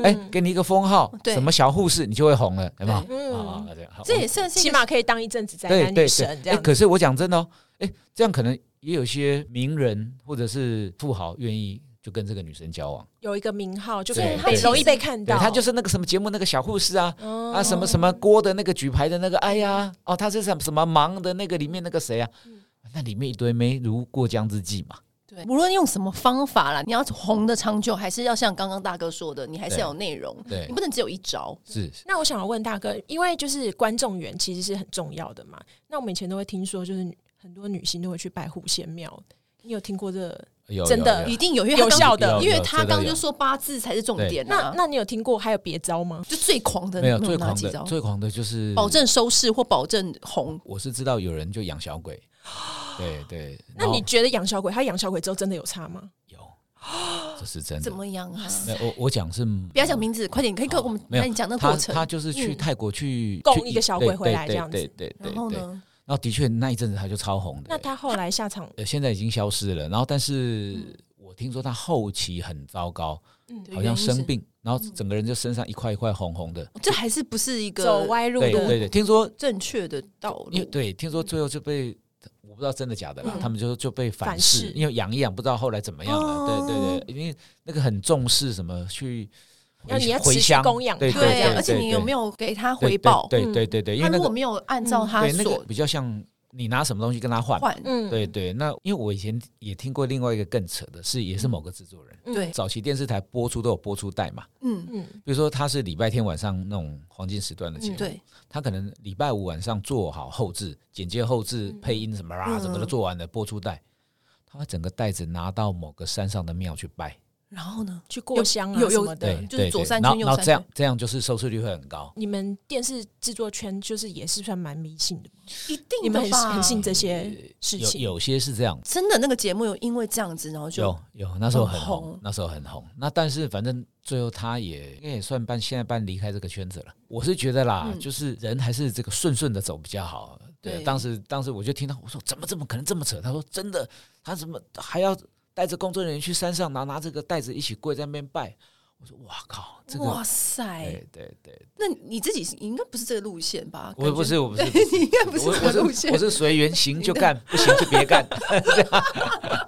[SPEAKER 3] 哎、给你一个封号，
[SPEAKER 1] 嗯对
[SPEAKER 3] 什么小护士，你就会红了，有没有？
[SPEAKER 2] 嗯
[SPEAKER 3] 啊，这样好
[SPEAKER 1] 这也算是一
[SPEAKER 2] 起
[SPEAKER 1] 个
[SPEAKER 2] 码可以当一阵子宅
[SPEAKER 3] 对
[SPEAKER 2] 男
[SPEAKER 3] 对
[SPEAKER 2] 女
[SPEAKER 3] 对
[SPEAKER 2] 神，这
[SPEAKER 3] 哎，
[SPEAKER 2] 样。
[SPEAKER 3] 可是我讲真的哦，哎，这样可能也有些名人或者是富豪愿意就跟这个女生交往，
[SPEAKER 2] 有一个名号，就
[SPEAKER 3] 对
[SPEAKER 2] 是
[SPEAKER 3] 对
[SPEAKER 2] 很容易被看
[SPEAKER 3] 对
[SPEAKER 2] 到。
[SPEAKER 3] 他就是那个什么节目那个小护士啊。
[SPEAKER 2] 哦
[SPEAKER 3] 啊，什么什么锅的那个举牌的那个，哎呀，哦，他是什么什么忙的那个里面那个谁啊？
[SPEAKER 1] 嗯
[SPEAKER 3] 那里面一堆没如过江之鲫嘛。
[SPEAKER 1] 对，无论用什么方法啦，你要红的长久，还是要像刚刚大哥说的，你还是
[SPEAKER 3] 对
[SPEAKER 1] 要有内容，
[SPEAKER 3] 对
[SPEAKER 1] 你不能只有一招。
[SPEAKER 3] 是，
[SPEAKER 2] 那我想要问大哥，因为就是观众缘其实是很重要的嘛。那我们以前都会听说，就是很多女性都会去拜狐仙庙，你有听过这个
[SPEAKER 3] 有
[SPEAKER 2] 真的
[SPEAKER 3] 啊有有
[SPEAKER 1] 一定有，因为
[SPEAKER 2] 有
[SPEAKER 1] 他刚
[SPEAKER 2] 效的
[SPEAKER 1] 因为
[SPEAKER 3] 有
[SPEAKER 1] 他
[SPEAKER 3] 这都
[SPEAKER 1] 刚刚就
[SPEAKER 3] 有
[SPEAKER 1] 说八字才是重点
[SPEAKER 2] 那
[SPEAKER 1] 啊，哦
[SPEAKER 2] 那你有听过还有别招吗？
[SPEAKER 1] 就最狂的
[SPEAKER 3] 没有
[SPEAKER 1] 你
[SPEAKER 3] 最
[SPEAKER 1] 有哪
[SPEAKER 3] 狂
[SPEAKER 1] 几
[SPEAKER 3] 的
[SPEAKER 1] 招？
[SPEAKER 3] 最狂的就是
[SPEAKER 1] 保。证收视或保证红，
[SPEAKER 3] 我是知道有人就养小鬼， 对对。
[SPEAKER 2] 那
[SPEAKER 3] 然后
[SPEAKER 2] 你觉得养小鬼，他养小鬼之后真的有差吗？
[SPEAKER 3] 有，这是真的。
[SPEAKER 1] 怎么样啊？
[SPEAKER 3] 没有？我我讲是
[SPEAKER 1] 不要讲名字，快点，可以跟我们
[SPEAKER 3] 没有
[SPEAKER 1] 那你讲那个
[SPEAKER 3] 他
[SPEAKER 1] 过程
[SPEAKER 3] 他。就是去
[SPEAKER 1] 嗯
[SPEAKER 3] 泰国去
[SPEAKER 2] 供
[SPEAKER 3] 去
[SPEAKER 2] 一个小鬼
[SPEAKER 3] 对
[SPEAKER 2] 回来
[SPEAKER 3] 对
[SPEAKER 2] 这样子
[SPEAKER 3] 对对对
[SPEAKER 1] 然
[SPEAKER 3] 对
[SPEAKER 1] 后
[SPEAKER 3] 对。
[SPEAKER 1] 呢？
[SPEAKER 3] 然后的确那一阵子他就超红的。欸
[SPEAKER 2] 那他后来下场，
[SPEAKER 3] 呃现在已经消失了，然后但是我听说他后期很糟糕，
[SPEAKER 1] 对
[SPEAKER 3] 好像生，病，然后整个人就身上一块一块红红的。
[SPEAKER 1] 原因是这还是不是一
[SPEAKER 2] 走
[SPEAKER 1] 个
[SPEAKER 2] 歪路
[SPEAKER 3] 对对
[SPEAKER 2] 的，
[SPEAKER 3] 对，听说
[SPEAKER 1] 正确的道路
[SPEAKER 3] 因为？对，听说最后就被我不知道真的假的啦，
[SPEAKER 1] 嗯
[SPEAKER 3] 他们就就被反
[SPEAKER 2] 反
[SPEAKER 3] 噬，
[SPEAKER 2] 噬
[SPEAKER 3] 因为养一养不知道后来怎么样了。
[SPEAKER 1] 哦
[SPEAKER 3] 对对对，因为那个很重视什么去
[SPEAKER 2] 要
[SPEAKER 3] 回
[SPEAKER 2] 你要持
[SPEAKER 3] 回
[SPEAKER 2] 续
[SPEAKER 3] 乡
[SPEAKER 2] 供养
[SPEAKER 3] 对
[SPEAKER 2] 它
[SPEAKER 3] 对
[SPEAKER 2] 这样
[SPEAKER 3] 对，
[SPEAKER 1] 啊而且你有没
[SPEAKER 3] 有
[SPEAKER 1] 有给他回报？
[SPEAKER 3] 对对对对对，因
[SPEAKER 1] 他
[SPEAKER 3] 为
[SPEAKER 1] 如
[SPEAKER 3] 那
[SPEAKER 1] 果
[SPEAKER 3] 个嗯
[SPEAKER 1] 没有按照他
[SPEAKER 3] 对那个
[SPEAKER 1] 所
[SPEAKER 3] 比较像你拿什么东西跟他换。
[SPEAKER 1] 换，
[SPEAKER 2] 嗯，
[SPEAKER 3] 对对，那因为我以前也听过另外一个更扯的是，也是某个制作人，
[SPEAKER 2] 嗯
[SPEAKER 1] 对，
[SPEAKER 3] 早期电视台播出都有播出带嘛，
[SPEAKER 1] 嗯，
[SPEAKER 2] 嗯，
[SPEAKER 3] 比如说他是礼拜天晚上那种黄金时段的节目，
[SPEAKER 2] 嗯
[SPEAKER 1] 对，
[SPEAKER 3] 他可能礼拜五晚上做好后置、剪接、后置
[SPEAKER 2] 嗯、
[SPEAKER 3] 配音什么啦、
[SPEAKER 1] 嗯
[SPEAKER 3] 什么都做完了，播出带，他把整个袋子拿到某个山上的庙去拜，
[SPEAKER 1] 然后呢？
[SPEAKER 2] 去过香啊
[SPEAKER 1] 有有
[SPEAKER 2] 什么
[SPEAKER 1] 对
[SPEAKER 2] 的。
[SPEAKER 1] 就是
[SPEAKER 3] 对
[SPEAKER 1] 左
[SPEAKER 3] 对，
[SPEAKER 1] 三圈
[SPEAKER 3] 然后
[SPEAKER 1] 右
[SPEAKER 3] 然后
[SPEAKER 1] 三
[SPEAKER 3] 这样这样就是收视率会很高。
[SPEAKER 2] 你们电视制作圈就是也是算蛮迷信的嘛，
[SPEAKER 1] 一定
[SPEAKER 2] 你们很
[SPEAKER 1] 的吧
[SPEAKER 2] 很信这些事
[SPEAKER 3] 有
[SPEAKER 2] 情，
[SPEAKER 3] 有些是这样，
[SPEAKER 1] 真的那个节目有因为这样子，然后就
[SPEAKER 3] 有有那时候很
[SPEAKER 1] 很
[SPEAKER 3] 红
[SPEAKER 1] 红，
[SPEAKER 3] 那时候很红。那但是反正最后他也应该也算半现在半离开这个圈子了。我是觉得啦，
[SPEAKER 1] 嗯
[SPEAKER 3] 就是人还是这个顺顺的走比较好。对，啊
[SPEAKER 1] 对
[SPEAKER 3] 当时当时我就听到我说怎么怎么可能这么扯？他说真的，他怎么还要带着工作人员去山上拿拿这个袋子一起跪在那边拜？我说哇靠，这
[SPEAKER 1] 哇
[SPEAKER 3] 个哎
[SPEAKER 1] 塞！
[SPEAKER 3] 对对对，
[SPEAKER 1] 那你自己是你应该不是这个路线吧？
[SPEAKER 3] 我
[SPEAKER 1] 感
[SPEAKER 3] 不
[SPEAKER 1] 觉
[SPEAKER 3] 是我 不是，
[SPEAKER 1] 对你应该不是
[SPEAKER 3] 我
[SPEAKER 1] 这
[SPEAKER 3] 我
[SPEAKER 1] 个路线
[SPEAKER 3] 我是随缘行就干，不行就别干。 啊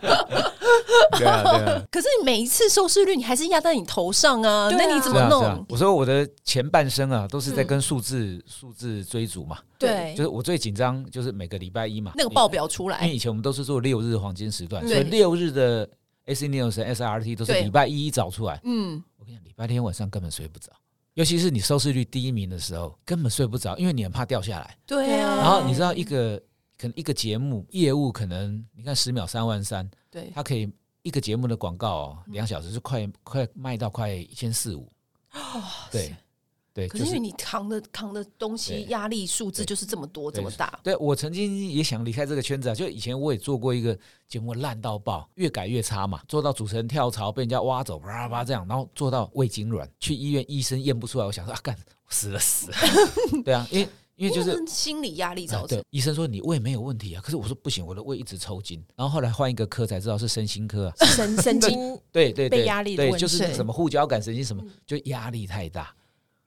[SPEAKER 3] 对啊对啊。
[SPEAKER 1] 可是你每一次收视率你还是压在你头上啊，
[SPEAKER 2] 对啊
[SPEAKER 1] 那你怎
[SPEAKER 3] 是
[SPEAKER 1] 么
[SPEAKER 3] 啊
[SPEAKER 1] 弄？嗯
[SPEAKER 3] 是啊我说我的前半生啊，都是在跟数字、数字追逐嘛。
[SPEAKER 2] 对
[SPEAKER 3] 就是我最紧张，就是每个礼拜一嘛，
[SPEAKER 1] 那个报表出
[SPEAKER 3] 因
[SPEAKER 1] 来
[SPEAKER 3] 为以前我们都是做六日黄金时段，
[SPEAKER 2] 嗯
[SPEAKER 3] 所以
[SPEAKER 1] 对
[SPEAKER 3] 六日的 AC News、SRT 都是
[SPEAKER 1] 对
[SPEAKER 3] 礼拜一一早出来。
[SPEAKER 1] 嗯，
[SPEAKER 3] 我跟你讲，礼拜天晚上根本睡不着，尤其是你收视率第一名的时候，根本睡不着，因为你很怕掉下来。
[SPEAKER 1] 对啊。
[SPEAKER 3] 然后你知道一个可能一个节目业务可能你看十秒三万三，
[SPEAKER 1] 对，
[SPEAKER 3] 它可以一个节目的广告哦，两小时是快快卖到快一千四五。对对，
[SPEAKER 1] 可
[SPEAKER 3] 就是
[SPEAKER 1] 因为
[SPEAKER 3] 是
[SPEAKER 1] 你扛的扛的东西
[SPEAKER 3] 对
[SPEAKER 1] 压力数字就是这么多
[SPEAKER 3] 对
[SPEAKER 1] 这么大，
[SPEAKER 3] 对我曾经也想离开这个圈子啊，就以前我也做过一个节目烂到爆，越改越差嘛，做到主持人跳槽被人家挖走，啪啪啪这样，然后做到胃痉挛，去医院医生验不出来，我想说啊干死了死了，对啊，因为因为就是
[SPEAKER 1] 那心理压力造
[SPEAKER 3] 啊
[SPEAKER 1] 成。
[SPEAKER 3] 对，医生说你胃没有问题啊，可是我说不行，我的胃一直抽筋。然后后来换一个科才知道是身心科、啊，
[SPEAKER 2] 神 神经。
[SPEAKER 3] 对对对，
[SPEAKER 2] 被压力的
[SPEAKER 3] 对，
[SPEAKER 2] 问题
[SPEAKER 3] 就是什么护交感神经什么
[SPEAKER 2] 嗯，
[SPEAKER 3] 就压力太大。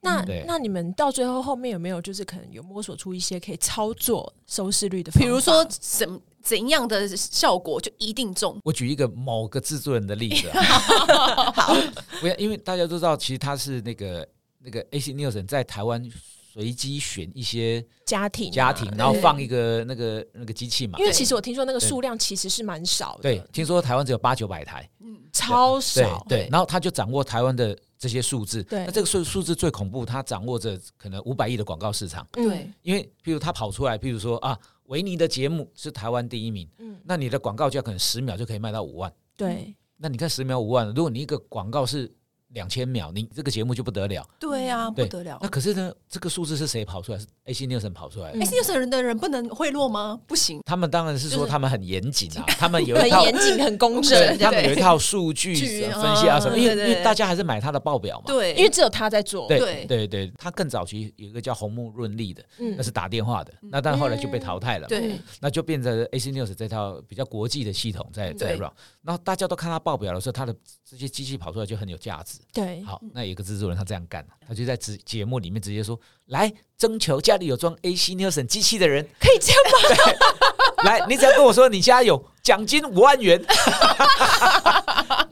[SPEAKER 2] 那
[SPEAKER 3] 嗯对
[SPEAKER 2] 那你们到最后后面有没有就是可能有摸索出一些可以操作收视率的方法？
[SPEAKER 1] 比如
[SPEAKER 3] 啊
[SPEAKER 1] 说怎怎样的效果就一定中，
[SPEAKER 3] 我举一个某个制作人的例子 啊， 不要，因为大家都知道，其实他是那个那个 AC Nielsen 在台湾随机选一些
[SPEAKER 2] 家庭啊
[SPEAKER 3] 家庭，然后放一个那个那个机器嘛
[SPEAKER 2] 因。为
[SPEAKER 1] 对
[SPEAKER 2] 其实我听说那个数量其实是蛮少的，
[SPEAKER 3] 对，，听说台湾只有八九百台，
[SPEAKER 2] 超
[SPEAKER 3] 对
[SPEAKER 2] 少，欸
[SPEAKER 3] 对，然后他就掌握台湾的这些数字，
[SPEAKER 2] 对
[SPEAKER 3] 那这个数数字最恐怖，他掌握着可能五百亿的广告市场，
[SPEAKER 2] 嗯
[SPEAKER 1] 对，
[SPEAKER 3] 因为譬如他跑出来，譬如说啊，维尼的节目是台湾第一名，
[SPEAKER 2] 嗯
[SPEAKER 3] 那你的广告价可能十秒就可以卖到五万，
[SPEAKER 2] 对，
[SPEAKER 3] 那你看十秒五万，如果你一个广告是两千秒，你这个节目就不得了。
[SPEAKER 1] 对啊，不
[SPEAKER 3] 嗯对
[SPEAKER 1] 得了
[SPEAKER 3] 那。可是呢，这个数字是谁跑出来？是 AC Nielsen 跑出来的。
[SPEAKER 2] 嗯
[SPEAKER 1] 哎，有神人的人不能贿赂吗？不行，
[SPEAKER 3] 他们当然是
[SPEAKER 1] 就
[SPEAKER 3] 说
[SPEAKER 1] 是
[SPEAKER 3] 他们很严谨啊，他们有
[SPEAKER 2] 很
[SPEAKER 3] 一套，
[SPEAKER 2] 严谨，很公
[SPEAKER 1] 对
[SPEAKER 2] 正
[SPEAKER 3] 对，
[SPEAKER 1] 对，
[SPEAKER 3] 他们有一
[SPEAKER 1] 对
[SPEAKER 3] 套数据
[SPEAKER 1] 据
[SPEAKER 3] 分析啊什么，
[SPEAKER 1] 嗯
[SPEAKER 3] 因
[SPEAKER 1] 对
[SPEAKER 3] 为
[SPEAKER 1] 对
[SPEAKER 3] 因
[SPEAKER 1] 对
[SPEAKER 3] 为大家还是买他的报表嘛。
[SPEAKER 1] 对，
[SPEAKER 2] 因为只有他在做，
[SPEAKER 3] 对
[SPEAKER 1] 对
[SPEAKER 3] 对对，他更早期有一个叫红木润利的，
[SPEAKER 2] 嗯
[SPEAKER 3] 那是打电话的，那但后来就被淘汰了嘛。
[SPEAKER 1] 对
[SPEAKER 3] 那就变成 AC News 这套比较国际的系统在
[SPEAKER 2] 嗯
[SPEAKER 3] 在
[SPEAKER 1] 对
[SPEAKER 3] run，然后大家都看他报表的时候，他的这些机器跑出来就很有价值。
[SPEAKER 2] 对，
[SPEAKER 3] 好，那有一个制作人他这样干了，他就在直节目里面直接说：“来征求家里有装 AC Nielsen 机器的人，
[SPEAKER 2] 可以这样吗？
[SPEAKER 3] 来，你只要跟我说你家有，奖金五万元。”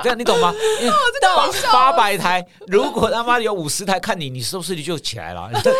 [SPEAKER 3] 这样你懂吗？
[SPEAKER 2] 哦
[SPEAKER 3] 因为八八百台，如果他妈有五十台看你，你收视率就起来了。 对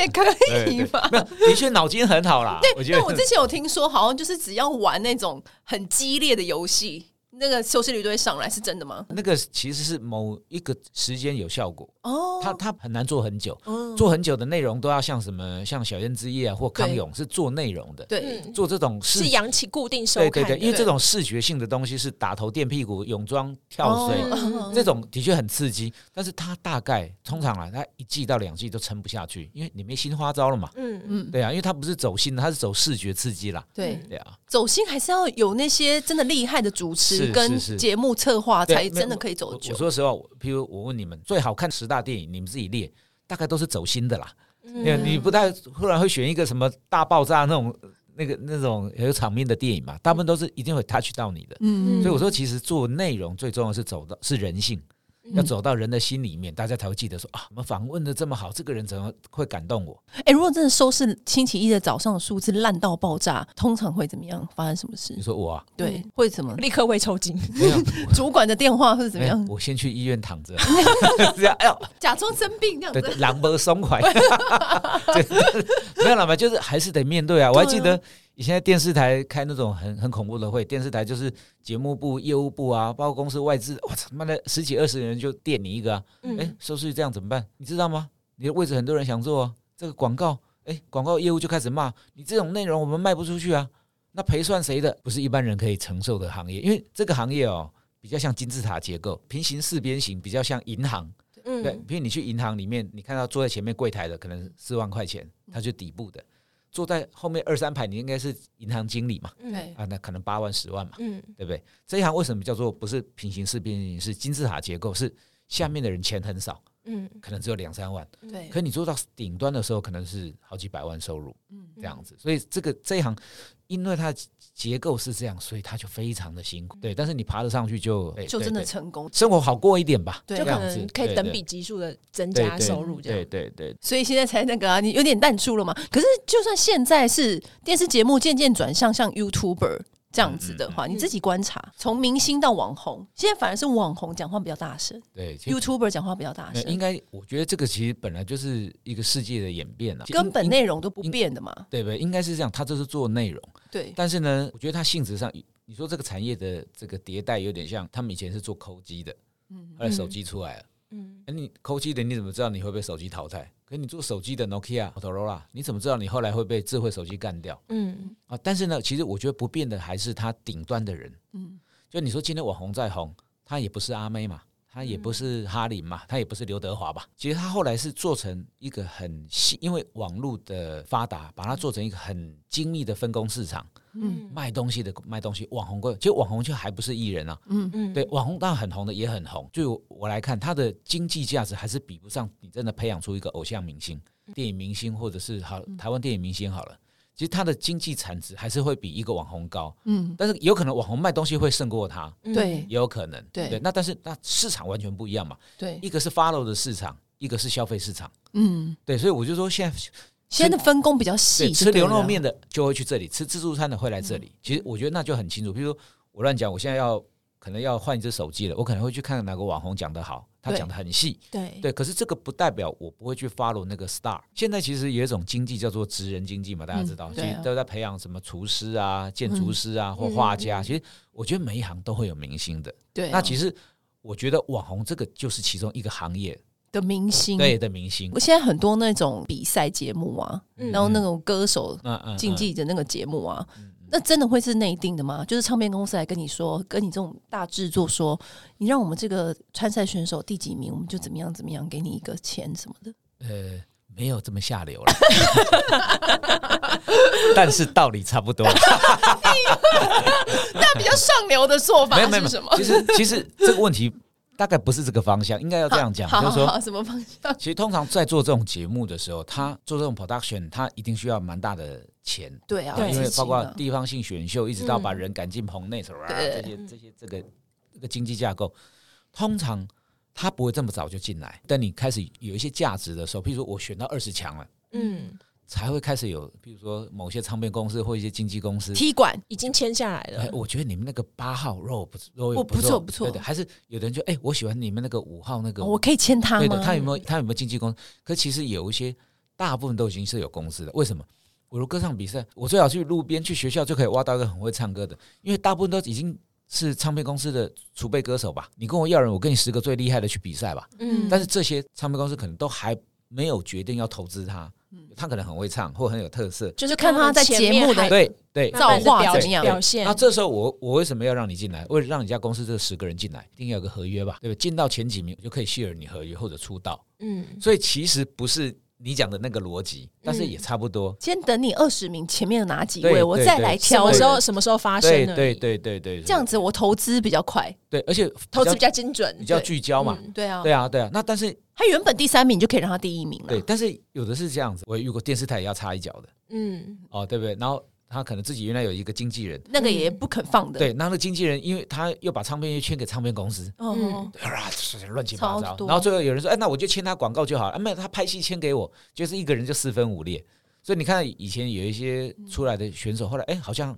[SPEAKER 1] 也可以
[SPEAKER 3] 对
[SPEAKER 1] 吧。
[SPEAKER 3] 没有的确脑筋很好啦。我觉
[SPEAKER 1] 但我
[SPEAKER 3] 得
[SPEAKER 1] 之前有听说，好像就是只要玩那种很激烈的游戏，那个收视率都会上来，是真的吗？
[SPEAKER 3] 那个其实是某一个时间有效果，
[SPEAKER 1] 哦，
[SPEAKER 3] 它它很难做很久，
[SPEAKER 1] 嗯，
[SPEAKER 3] 做很久的内容都要像什么像小燕之夜啊或康
[SPEAKER 1] 对
[SPEAKER 3] 永是做内容的，
[SPEAKER 1] 对，
[SPEAKER 2] 嗯，
[SPEAKER 3] 做这种视
[SPEAKER 2] 是养起固定收
[SPEAKER 3] 对
[SPEAKER 2] 看
[SPEAKER 3] 对
[SPEAKER 2] 的，
[SPEAKER 3] 对，因为这种视觉性的东西是打头、垫屁股、泳装、跳水，
[SPEAKER 1] 哦嗯
[SPEAKER 3] 这种的确很刺激。但是它大概通常啊，它一季到两季都撑不下去，因为你没新花招了嘛。
[SPEAKER 2] 嗯，
[SPEAKER 1] 嗯，
[SPEAKER 3] 对啊，因为它不是走新的，它是走视觉刺激啦。
[SPEAKER 1] 对，
[SPEAKER 3] 对啊，
[SPEAKER 1] 走心还是要有那些真的厉害的主持
[SPEAKER 3] 是
[SPEAKER 1] 跟
[SPEAKER 3] 是是
[SPEAKER 1] 节目策划，
[SPEAKER 3] 对
[SPEAKER 1] 才
[SPEAKER 3] 没有
[SPEAKER 1] 真的可以
[SPEAKER 3] 我
[SPEAKER 1] 走
[SPEAKER 3] 我
[SPEAKER 1] 久。
[SPEAKER 3] 说实话，我譬如我问你们，最好看十大电影，你们自己列，大概都是走新的啦。
[SPEAKER 2] 嗯
[SPEAKER 3] 对啊，你不太忽然会选一个什么大爆炸那种、那个那种很有场面的电影嘛？大部分都是一定会 touch 到你的。
[SPEAKER 1] 嗯
[SPEAKER 3] 所以我说，其实做内容最重要的是走到是人性，
[SPEAKER 1] 嗯
[SPEAKER 3] 要走到人的心里面，大家才会记得说啊，我们访问的这么好，这个人怎么会感动我？
[SPEAKER 1] 哎、如果真的收视星期一的早上的数字烂到爆炸，通常会怎么样？发生什么事
[SPEAKER 3] 你？说我啊，
[SPEAKER 1] 对，会怎么？
[SPEAKER 2] 立刻胃抽 筋，
[SPEAKER 3] 没有，
[SPEAKER 1] 主管的电话或者 怎么
[SPEAKER 3] 没有
[SPEAKER 1] 样？
[SPEAKER 3] 哎我先去医院躺着， 这样，哎呦，
[SPEAKER 1] 假装生病这样
[SPEAKER 3] 对，
[SPEAKER 1] 子。
[SPEAKER 3] 狼狈松快， 对没有了嘛，就是还是得面对啊。我还记得以前在电视台开那种很很恐怖的会，电视台就是节目部、业务部啊，包括公司外资，我操他妈的十几二十人就垫你一个啊，哎、
[SPEAKER 2] 嗯，
[SPEAKER 3] 收视率这样怎么办？你知道吗？你的位置很多人想做啊，这个广告，哎，广告业务就开始骂你这种内容我们卖不出去啊，那赔算谁的？不是一般人可以承受的行业，因为这个行业哦。比较像金字塔结构，平行四边形比较像银行，
[SPEAKER 2] 嗯
[SPEAKER 3] 对，比如你去银行里面，你看到坐在前面柜台的可能四万块钱，他就底部的；坐在后面二三排，你应该是银行经理嘛，
[SPEAKER 1] 哎
[SPEAKER 2] 嗯
[SPEAKER 3] 啊，那可能八万、十万嘛，
[SPEAKER 2] 嗯
[SPEAKER 3] 对不对？这一行为什么叫做不是平行四边形，是金字塔结构？是下面的人钱很少，
[SPEAKER 2] 嗯，
[SPEAKER 3] 可能只有两三万，
[SPEAKER 1] 对
[SPEAKER 3] 可你做到顶端的时候，可能是好几百万收入
[SPEAKER 1] 嗯，
[SPEAKER 3] 这样子。所以这个这一行，因为它的结构是这样，所以它就非常的辛苦。对，但是你爬得上去就对
[SPEAKER 1] 就
[SPEAKER 3] 对
[SPEAKER 1] 真的
[SPEAKER 3] 对
[SPEAKER 1] 成功。
[SPEAKER 3] 生活好过一点吧，
[SPEAKER 1] 对啊
[SPEAKER 2] 就可
[SPEAKER 3] 这样
[SPEAKER 2] 能
[SPEAKER 3] 子
[SPEAKER 2] 可以
[SPEAKER 3] 对
[SPEAKER 2] 等
[SPEAKER 3] 对
[SPEAKER 2] 比级数的增
[SPEAKER 3] 对
[SPEAKER 2] 加
[SPEAKER 3] 对
[SPEAKER 2] 收入，这
[SPEAKER 3] 对
[SPEAKER 2] 样，
[SPEAKER 3] 对对
[SPEAKER 1] 所以现在才那个啊，你有点淡出了嘛。可是就算现在是电视节目渐渐转向像 YouTuber 这样子的话，
[SPEAKER 2] 嗯
[SPEAKER 1] 你自己观察，从明星到网红，现在反而是网红讲话比较大声
[SPEAKER 3] 对，其实
[SPEAKER 1] ，YouTuber 讲话比较大
[SPEAKER 3] 呃应
[SPEAKER 1] 声，
[SPEAKER 3] 该，我觉得这个其实本来就是一个世界的演变啊，
[SPEAKER 1] 根本
[SPEAKER 3] 应
[SPEAKER 1] 内容都不变的嘛。
[SPEAKER 3] 对不对？应该是这样，它就是做内容，
[SPEAKER 1] 对，
[SPEAKER 3] 但是呢，我觉得它性质上，你说这个产业的这个迭代有点像，他们以前是做抠机的，
[SPEAKER 1] 嗯
[SPEAKER 3] 后来手机出来了，
[SPEAKER 2] 嗯，
[SPEAKER 3] 那、你抠机的你怎么知道你会被手机淘汰？可你做手机的 Nokia、Motorola，你怎么知道你后来会被智慧手机干掉
[SPEAKER 2] 嗯
[SPEAKER 3] 啊？但是呢，其实我觉得不变的还是它顶端的人，
[SPEAKER 1] 嗯，
[SPEAKER 3] 就你说今天网红再红，他也不是阿妹嘛，他也不是哈林嘛，他也不是刘德华吧？其实他后来是做成一个很细，因为网络的发达，把它做成一个很精密的分工市场，
[SPEAKER 1] 嗯
[SPEAKER 3] 卖东西的卖东西，网红贵，其实网红就还不是艺人啊，
[SPEAKER 1] 嗯
[SPEAKER 2] 嗯，
[SPEAKER 3] 对，网红当然很红的也很红，就我来看，它的经济价值还是比不上你真的培养出一个偶像明星、
[SPEAKER 1] 嗯
[SPEAKER 3] 电影明星，或者是好台湾电影明星好了。其实它的经济产值还是会比一个网红高，
[SPEAKER 1] 嗯，
[SPEAKER 3] 但是有可能网红卖东西会胜过它，
[SPEAKER 2] 嗯
[SPEAKER 1] 对
[SPEAKER 3] 也有可能。
[SPEAKER 1] 对
[SPEAKER 3] 那但是那市场完全不一样嘛，
[SPEAKER 1] 对，
[SPEAKER 3] 一个是 follow 的市场，一个是消费市场。
[SPEAKER 1] 嗯，
[SPEAKER 3] 对，所以我就说现在
[SPEAKER 1] 现在的分工比较细
[SPEAKER 3] 对，
[SPEAKER 1] 就
[SPEAKER 3] 吃
[SPEAKER 1] 对
[SPEAKER 3] 牛肉
[SPEAKER 1] 了嗯
[SPEAKER 3] 面，的就会去这里，吃自助餐的会来这里。其实我觉得那就很清楚。比如说我乱讲，我现在要可能要换一只手机了，我可能会去看哪个网红讲得好，他
[SPEAKER 1] 对
[SPEAKER 3] 讲得很细。
[SPEAKER 2] 对
[SPEAKER 3] 对，可是这个不代表我不会去 follow 那个 star。现在其实有一种经济叫做职人经济嘛，大家知道，
[SPEAKER 1] 嗯
[SPEAKER 3] 其
[SPEAKER 1] 对啊嗯
[SPEAKER 3] 实都在培养什么厨师啊、建筑师啊、或画家。其实我觉得每一行都会有明星的。
[SPEAKER 1] 对啊，
[SPEAKER 3] 那其实我觉得网红这个就是其中一个行业
[SPEAKER 1] 的明星，
[SPEAKER 3] 对，的明星
[SPEAKER 1] 我。现在很多那种比赛节目啊，
[SPEAKER 2] 嗯
[SPEAKER 1] 然后那种歌手
[SPEAKER 3] 嗯嗯
[SPEAKER 1] 竞
[SPEAKER 3] 嗯
[SPEAKER 1] 技的那个节目啊，那真的会是内定的吗？就是唱片公司来跟你说，跟你这种大制作说，你让我们这个参赛选手第几名，我们就怎么样怎么样，给你一个钱什么 的。
[SPEAKER 3] 呃，没有这么下流了， 但是道理差 不多。
[SPEAKER 1] 那比较上流的做法
[SPEAKER 3] 没有没有
[SPEAKER 1] 是
[SPEAKER 3] 没
[SPEAKER 1] 什么
[SPEAKER 3] 有，？其实其实这个问题大概不是这个方向，应该要这样 讲，
[SPEAKER 1] 好
[SPEAKER 3] 就
[SPEAKER 1] 好
[SPEAKER 3] 是说，
[SPEAKER 1] 好，什么方向？
[SPEAKER 3] 其实通常在做这种节目的时候，他做这种 production，他一定需要蛮大的钱。
[SPEAKER 1] 对啊，
[SPEAKER 2] 对
[SPEAKER 3] 因为
[SPEAKER 1] 资金
[SPEAKER 3] 包括
[SPEAKER 1] 啊
[SPEAKER 3] 地方性选秀，一直到
[SPEAKER 2] 嗯
[SPEAKER 3] 把人赶进棚内，什么啊
[SPEAKER 1] 对
[SPEAKER 3] 这些这些这个这个经济架构，通常他不会这么早就进来。但你开始有一些价值的时候，譬如说我选到二十强了，
[SPEAKER 2] 嗯，
[SPEAKER 3] 才会开始有，譬如说某些唱片公司或一些经纪公司。
[SPEAKER 1] 踢馆，
[SPEAKER 2] 已经签下来
[SPEAKER 3] 哎
[SPEAKER 2] 了，，
[SPEAKER 3] 我觉得你们那个八号肉不肉
[SPEAKER 1] 我
[SPEAKER 3] 也
[SPEAKER 1] 不错不错哦
[SPEAKER 3] 对的，还是有的人就哎，我喜欢你们那个五号那个，
[SPEAKER 1] 我可以签他
[SPEAKER 3] 对
[SPEAKER 1] 吗
[SPEAKER 3] 的，？他有没有他有没有经纪公司？可其实有一些大部分都已经是有公司的，为什么？我如歌唱比赛，我最好去路边去学校就可以挖到一个很会唱歌的，因为大部分都已经是唱片公司的储备歌手吧。你跟我要人，我跟你十个最厉害的去比赛吧。
[SPEAKER 2] 嗯，
[SPEAKER 3] 但是这些唱片公司可能都还没有决定要投资他，
[SPEAKER 1] 嗯
[SPEAKER 3] 他可能很会唱或很有特色，
[SPEAKER 1] 就是看他在节目的
[SPEAKER 2] 哎
[SPEAKER 3] 对对。
[SPEAKER 1] 造化
[SPEAKER 2] 表
[SPEAKER 1] 怎么样
[SPEAKER 2] 表现
[SPEAKER 3] 那？这时候我我为什么要让你进来？为了让你家公司这十个人进来，一定要有个合约吧，对不对？进到前几名我就可以 share 你合约或者出道。
[SPEAKER 2] 嗯，
[SPEAKER 3] 所以其实不是你讲的那个逻辑，但是也差不多。
[SPEAKER 1] 先等你二十名前面的哪几位，
[SPEAKER 3] 对
[SPEAKER 1] 我
[SPEAKER 3] 对
[SPEAKER 1] 再
[SPEAKER 3] 对
[SPEAKER 1] 来
[SPEAKER 2] 什
[SPEAKER 1] 挑
[SPEAKER 2] 么
[SPEAKER 1] 人。
[SPEAKER 2] 时候什么时候发生
[SPEAKER 3] 对
[SPEAKER 2] 而已
[SPEAKER 3] 对对对对，
[SPEAKER 1] 这样子，我投资比较快。
[SPEAKER 3] 对，而且
[SPEAKER 2] 投资
[SPEAKER 3] 比
[SPEAKER 2] 比
[SPEAKER 3] 较
[SPEAKER 2] 较精准，
[SPEAKER 3] 比较聚焦嘛。
[SPEAKER 2] 嗯
[SPEAKER 1] 对啊，
[SPEAKER 3] 对啊，对啊。那但是
[SPEAKER 1] 他原本第三名就可以让他第一名了。
[SPEAKER 3] 对，但是有的是这样子，我也遇过电视台也要插一脚的
[SPEAKER 2] 嗯，
[SPEAKER 3] 哦，对不对？然后他可能自己原来有一个经纪人，
[SPEAKER 1] 那个也不肯放的。
[SPEAKER 3] 对，那个经纪人因为他又把唱片业签给唱片公司。
[SPEAKER 1] 哦，
[SPEAKER 3] 啊，乱七八
[SPEAKER 1] 超
[SPEAKER 3] 糟。
[SPEAKER 1] 多
[SPEAKER 3] 然后最后有人说：“哎，那我就签他广告就好了。”啊，没有，他拍戏签给我，就是一个人就四分五裂。所以你看，以前有一些出来的选手，后来哎，好像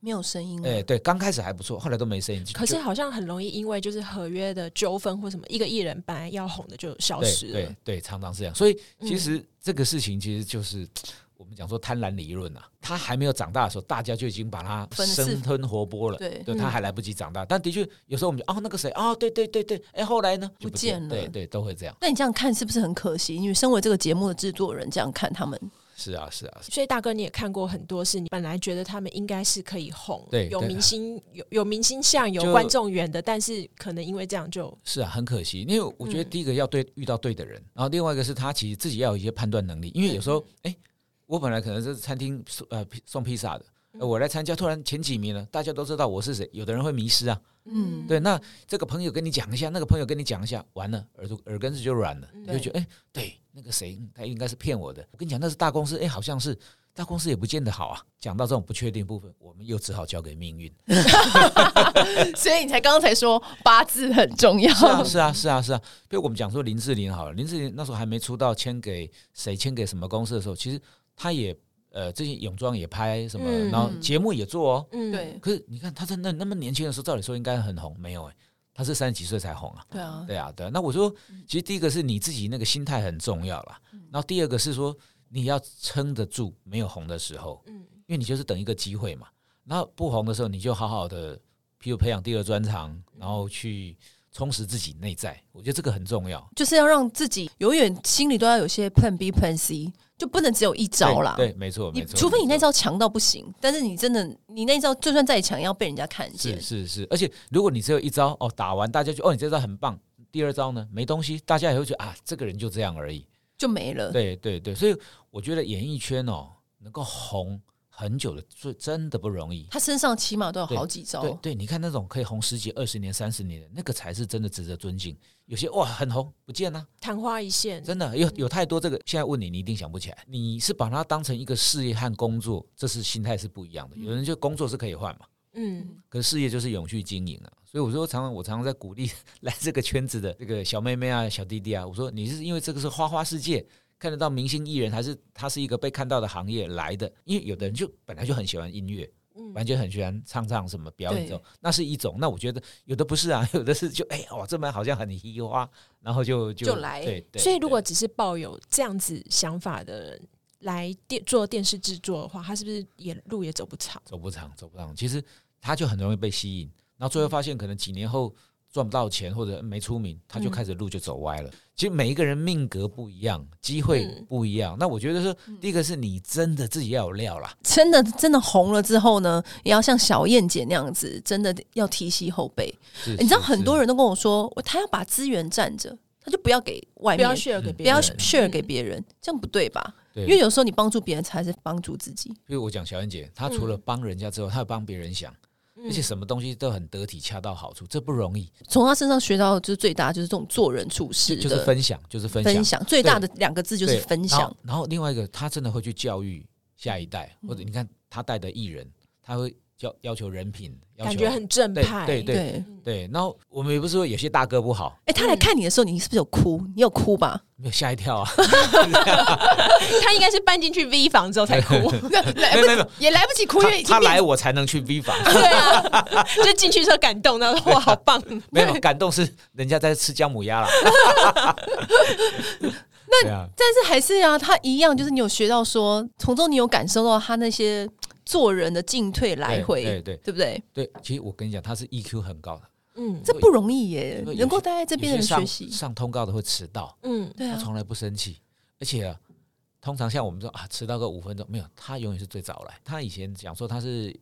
[SPEAKER 1] 没有声音了。啊
[SPEAKER 3] 哎，对，刚开始还不错，后来都没声音。就
[SPEAKER 2] 可是
[SPEAKER 3] 就
[SPEAKER 2] 好像很容易因为就是合约的纠纷或什么，一个艺人本来要红的就消失
[SPEAKER 3] 对
[SPEAKER 2] 了
[SPEAKER 3] 对。对，常常是这样。所以其实
[SPEAKER 1] 嗯
[SPEAKER 3] 这个事情其实就是。我们讲说贪婪理论啊，他还没有长大的时候，大家就已经把他
[SPEAKER 1] 分四
[SPEAKER 3] 生吞活剥了。
[SPEAKER 1] 对嗯
[SPEAKER 3] 对，他还来不及长大，但的确有时候我们就哦，那个谁哦，对对对对，哎，后来呢就
[SPEAKER 1] 不见了
[SPEAKER 3] 对对，都会这样。
[SPEAKER 1] 那你这样看是不是很可惜？因为身为这个节目的制作人，这样看他们，
[SPEAKER 3] 是啊，是啊，是
[SPEAKER 2] 所以大哥，你也看过很多事，你本来觉得他们应该是可以红，
[SPEAKER 3] 对
[SPEAKER 2] 有
[SPEAKER 3] 对
[SPEAKER 2] 明星有有明星相，有
[SPEAKER 3] 就
[SPEAKER 2] 观众缘的，但是可能因为这样就
[SPEAKER 3] 是啊，很可惜，因为我觉得
[SPEAKER 2] 嗯
[SPEAKER 3] 第一个要对、遇到对的人，然后另外一个是他其实自己要有一些判断能力，因为有时候，哎、我本来可能是餐厅送呃披送披萨的，呃我来参加，突然前几名了，大家都知道我是谁，有的人会迷失啊，
[SPEAKER 1] 嗯，
[SPEAKER 3] 对，那这个朋友跟你讲一下，那个朋友跟你讲一下，完了耳朵耳根子就软了，你就觉得，哎、对，那个谁嗯他应该是骗我的，我跟你讲那是大公司，哎、好像是。大公司也不见得好啊。讲到这种不确定部分，我们又只好交给命运。
[SPEAKER 1] 所以你才刚才说八字很重要。
[SPEAKER 3] 是啊，是啊，是啊，是啊。比如我们讲说林志玲好了，林志玲那时候还没出道，签给谁，签给什么公司的时候，其实她也呃，最近泳装也拍什么，
[SPEAKER 2] 嗯
[SPEAKER 3] 然后节目也做哦。
[SPEAKER 2] 嗯，
[SPEAKER 1] 对
[SPEAKER 3] 可是你看她在那那么年轻的时候，照理说应该很红，没有哎、她是三十几岁才红啊。
[SPEAKER 1] 对啊，
[SPEAKER 3] 对啊，对啊。那我说，
[SPEAKER 1] 嗯
[SPEAKER 3] 其实第一个是你自己那个心态很重要啦，然后第二个是说你要撑得住没有红的时候，
[SPEAKER 2] 嗯
[SPEAKER 3] 因为你就是等一个机会嘛。然后不红的时候，你就好好的，譬如培养第二专长，
[SPEAKER 1] 嗯
[SPEAKER 3] 然后去充实自己内在，我觉得这个很重要。
[SPEAKER 1] 就是要让自己永远心里都要有些 plan B、plan C，就不能只有一招啦。
[SPEAKER 3] 对，对没错，
[SPEAKER 1] 你
[SPEAKER 3] 没错。
[SPEAKER 1] 除非你那
[SPEAKER 3] 没错
[SPEAKER 1] 招强到不行，但是你真的，你那招就算再强，要被人家看见
[SPEAKER 3] 是，是是，而且如果你只有一招哦，打完大家就哦，你这招很棒，第二招呢，没东西，大家也会觉得啊，这个人就这样而已。
[SPEAKER 1] 就没了。
[SPEAKER 3] 对对对，所以我觉得演艺圈哦，能够红很久的，最真的不容易。
[SPEAKER 1] 他身上起码都有
[SPEAKER 3] 对
[SPEAKER 1] 好几招
[SPEAKER 3] 对，对，你看那种可以红十几、二十年、三十年的，那个才是真的值得尊敬。有些哇很红不见了、
[SPEAKER 2] 昙花一现，
[SPEAKER 3] 真的有有太多这个。现在问你，你一定想不起来。你是把它当成一个事业和工作，这是心态是不一样的。有人就工作是可以换嘛，
[SPEAKER 2] 嗯，
[SPEAKER 3] 可是事业就是永续经营啊。所以我说，常常我常常在鼓励 来这个圈子的这个小妹妹啊、小弟弟啊，我说你是因为这个是花花世界。看得到明星艺人，还是他是一个被看到的行业来的？因为有的人就本来就很喜欢音乐，
[SPEAKER 2] 嗯
[SPEAKER 3] 完全很喜欢唱唱什么表演
[SPEAKER 1] 对
[SPEAKER 3] 这种，那是一种。那我觉得有的不是啊， 有的是就哎哇，这门好像很稀花，然后就就
[SPEAKER 1] 就来
[SPEAKER 3] 对对。
[SPEAKER 2] 所以如果
[SPEAKER 3] 对
[SPEAKER 2] 只是抱有这样子想法的人来电做电视制作的话，他是不是也路也走不长？
[SPEAKER 3] 走不长，走不长，其实他就很容易被吸引，然
[SPEAKER 1] 嗯
[SPEAKER 3] 后最后发现可能几年后赚不到钱或者嗯没出名，他
[SPEAKER 1] 嗯
[SPEAKER 3] 就开始路就走歪了。其实每一个人命格不一样，机会
[SPEAKER 2] 嗯
[SPEAKER 3] 不一样。那我觉得说，
[SPEAKER 1] 嗯
[SPEAKER 3] 第一个是你真的自己要有料啦，
[SPEAKER 1] 真的真的红了之后呢，也要像小燕姐那样子，真的要提携后辈。
[SPEAKER 3] 你
[SPEAKER 1] 哎你知道很多人都跟我说，我他要把资源占着，他就不要给外
[SPEAKER 2] 不要
[SPEAKER 1] 面，
[SPEAKER 2] share 给
[SPEAKER 1] 不
[SPEAKER 3] 嗯
[SPEAKER 2] 别人，
[SPEAKER 1] 要 share 给别人，这样不对吧？
[SPEAKER 3] 对，
[SPEAKER 1] 因
[SPEAKER 3] 因
[SPEAKER 1] 为
[SPEAKER 3] 为
[SPEAKER 1] 有时候你帮助别人才是帮助自己。
[SPEAKER 3] 比如我讲小燕姐，她
[SPEAKER 1] 嗯
[SPEAKER 3] 除了帮人家之后，她还帮别人想，而且什么东西都很得体，恰到好处，这不容易。
[SPEAKER 1] 从他身上学到的就是最大就是这种做人处事的
[SPEAKER 3] 就是分享，就是分
[SPEAKER 1] 分
[SPEAKER 3] 享，
[SPEAKER 1] 享最大的两个字就是
[SPEAKER 3] 对
[SPEAKER 1] 分
[SPEAKER 3] 然
[SPEAKER 1] 享
[SPEAKER 3] 后。。然后另外一个，他真的会去教育下一代，
[SPEAKER 1] 嗯
[SPEAKER 3] 或者你看他带的艺人，他会要要求人品，要
[SPEAKER 2] 感
[SPEAKER 3] 求
[SPEAKER 2] 觉很正
[SPEAKER 3] 对
[SPEAKER 2] 派，
[SPEAKER 3] 对
[SPEAKER 1] 对，哎、
[SPEAKER 3] 对。然后我们也不是说有些大哥不好，
[SPEAKER 1] 他来看你的时候，你是不是有哭？你有哭 吧？
[SPEAKER 3] 没有吓一跳啊，
[SPEAKER 2] 他应该是搬进去 V 房之后 才哭，
[SPEAKER 3] 没
[SPEAKER 1] 来
[SPEAKER 3] 有没有没有，
[SPEAKER 1] 也来不及哭，因为已经
[SPEAKER 3] 他
[SPEAKER 1] 变
[SPEAKER 3] 来我才能去 V 房，
[SPEAKER 2] 对啊，就进去之后感动，然后哇，好 棒，
[SPEAKER 3] 没有感动是人家在吃姜母 鸭啦。对啊，
[SPEAKER 1] 但是还是啊，他一样就是你有学到说，从中你有感受到他那些做人的进退来回，
[SPEAKER 3] 对
[SPEAKER 1] 不
[SPEAKER 3] 对
[SPEAKER 1] 对？
[SPEAKER 3] 对，其实我跟你讲，他是 EQ 很高的，
[SPEAKER 2] 嗯
[SPEAKER 1] 这不容易耶
[SPEAKER 3] 因为，有
[SPEAKER 1] 能够待在这边的
[SPEAKER 3] 有
[SPEAKER 1] 人
[SPEAKER 3] 些
[SPEAKER 1] 学
[SPEAKER 3] 上
[SPEAKER 1] 习，
[SPEAKER 3] 上通告的会迟到，
[SPEAKER 2] 嗯，
[SPEAKER 1] 对
[SPEAKER 3] 他
[SPEAKER 1] 啊，
[SPEAKER 3] 从来不生气，而且、啊、通常像我们说啊，迟到个五分钟没有，他永远是最早来。他以前讲说他是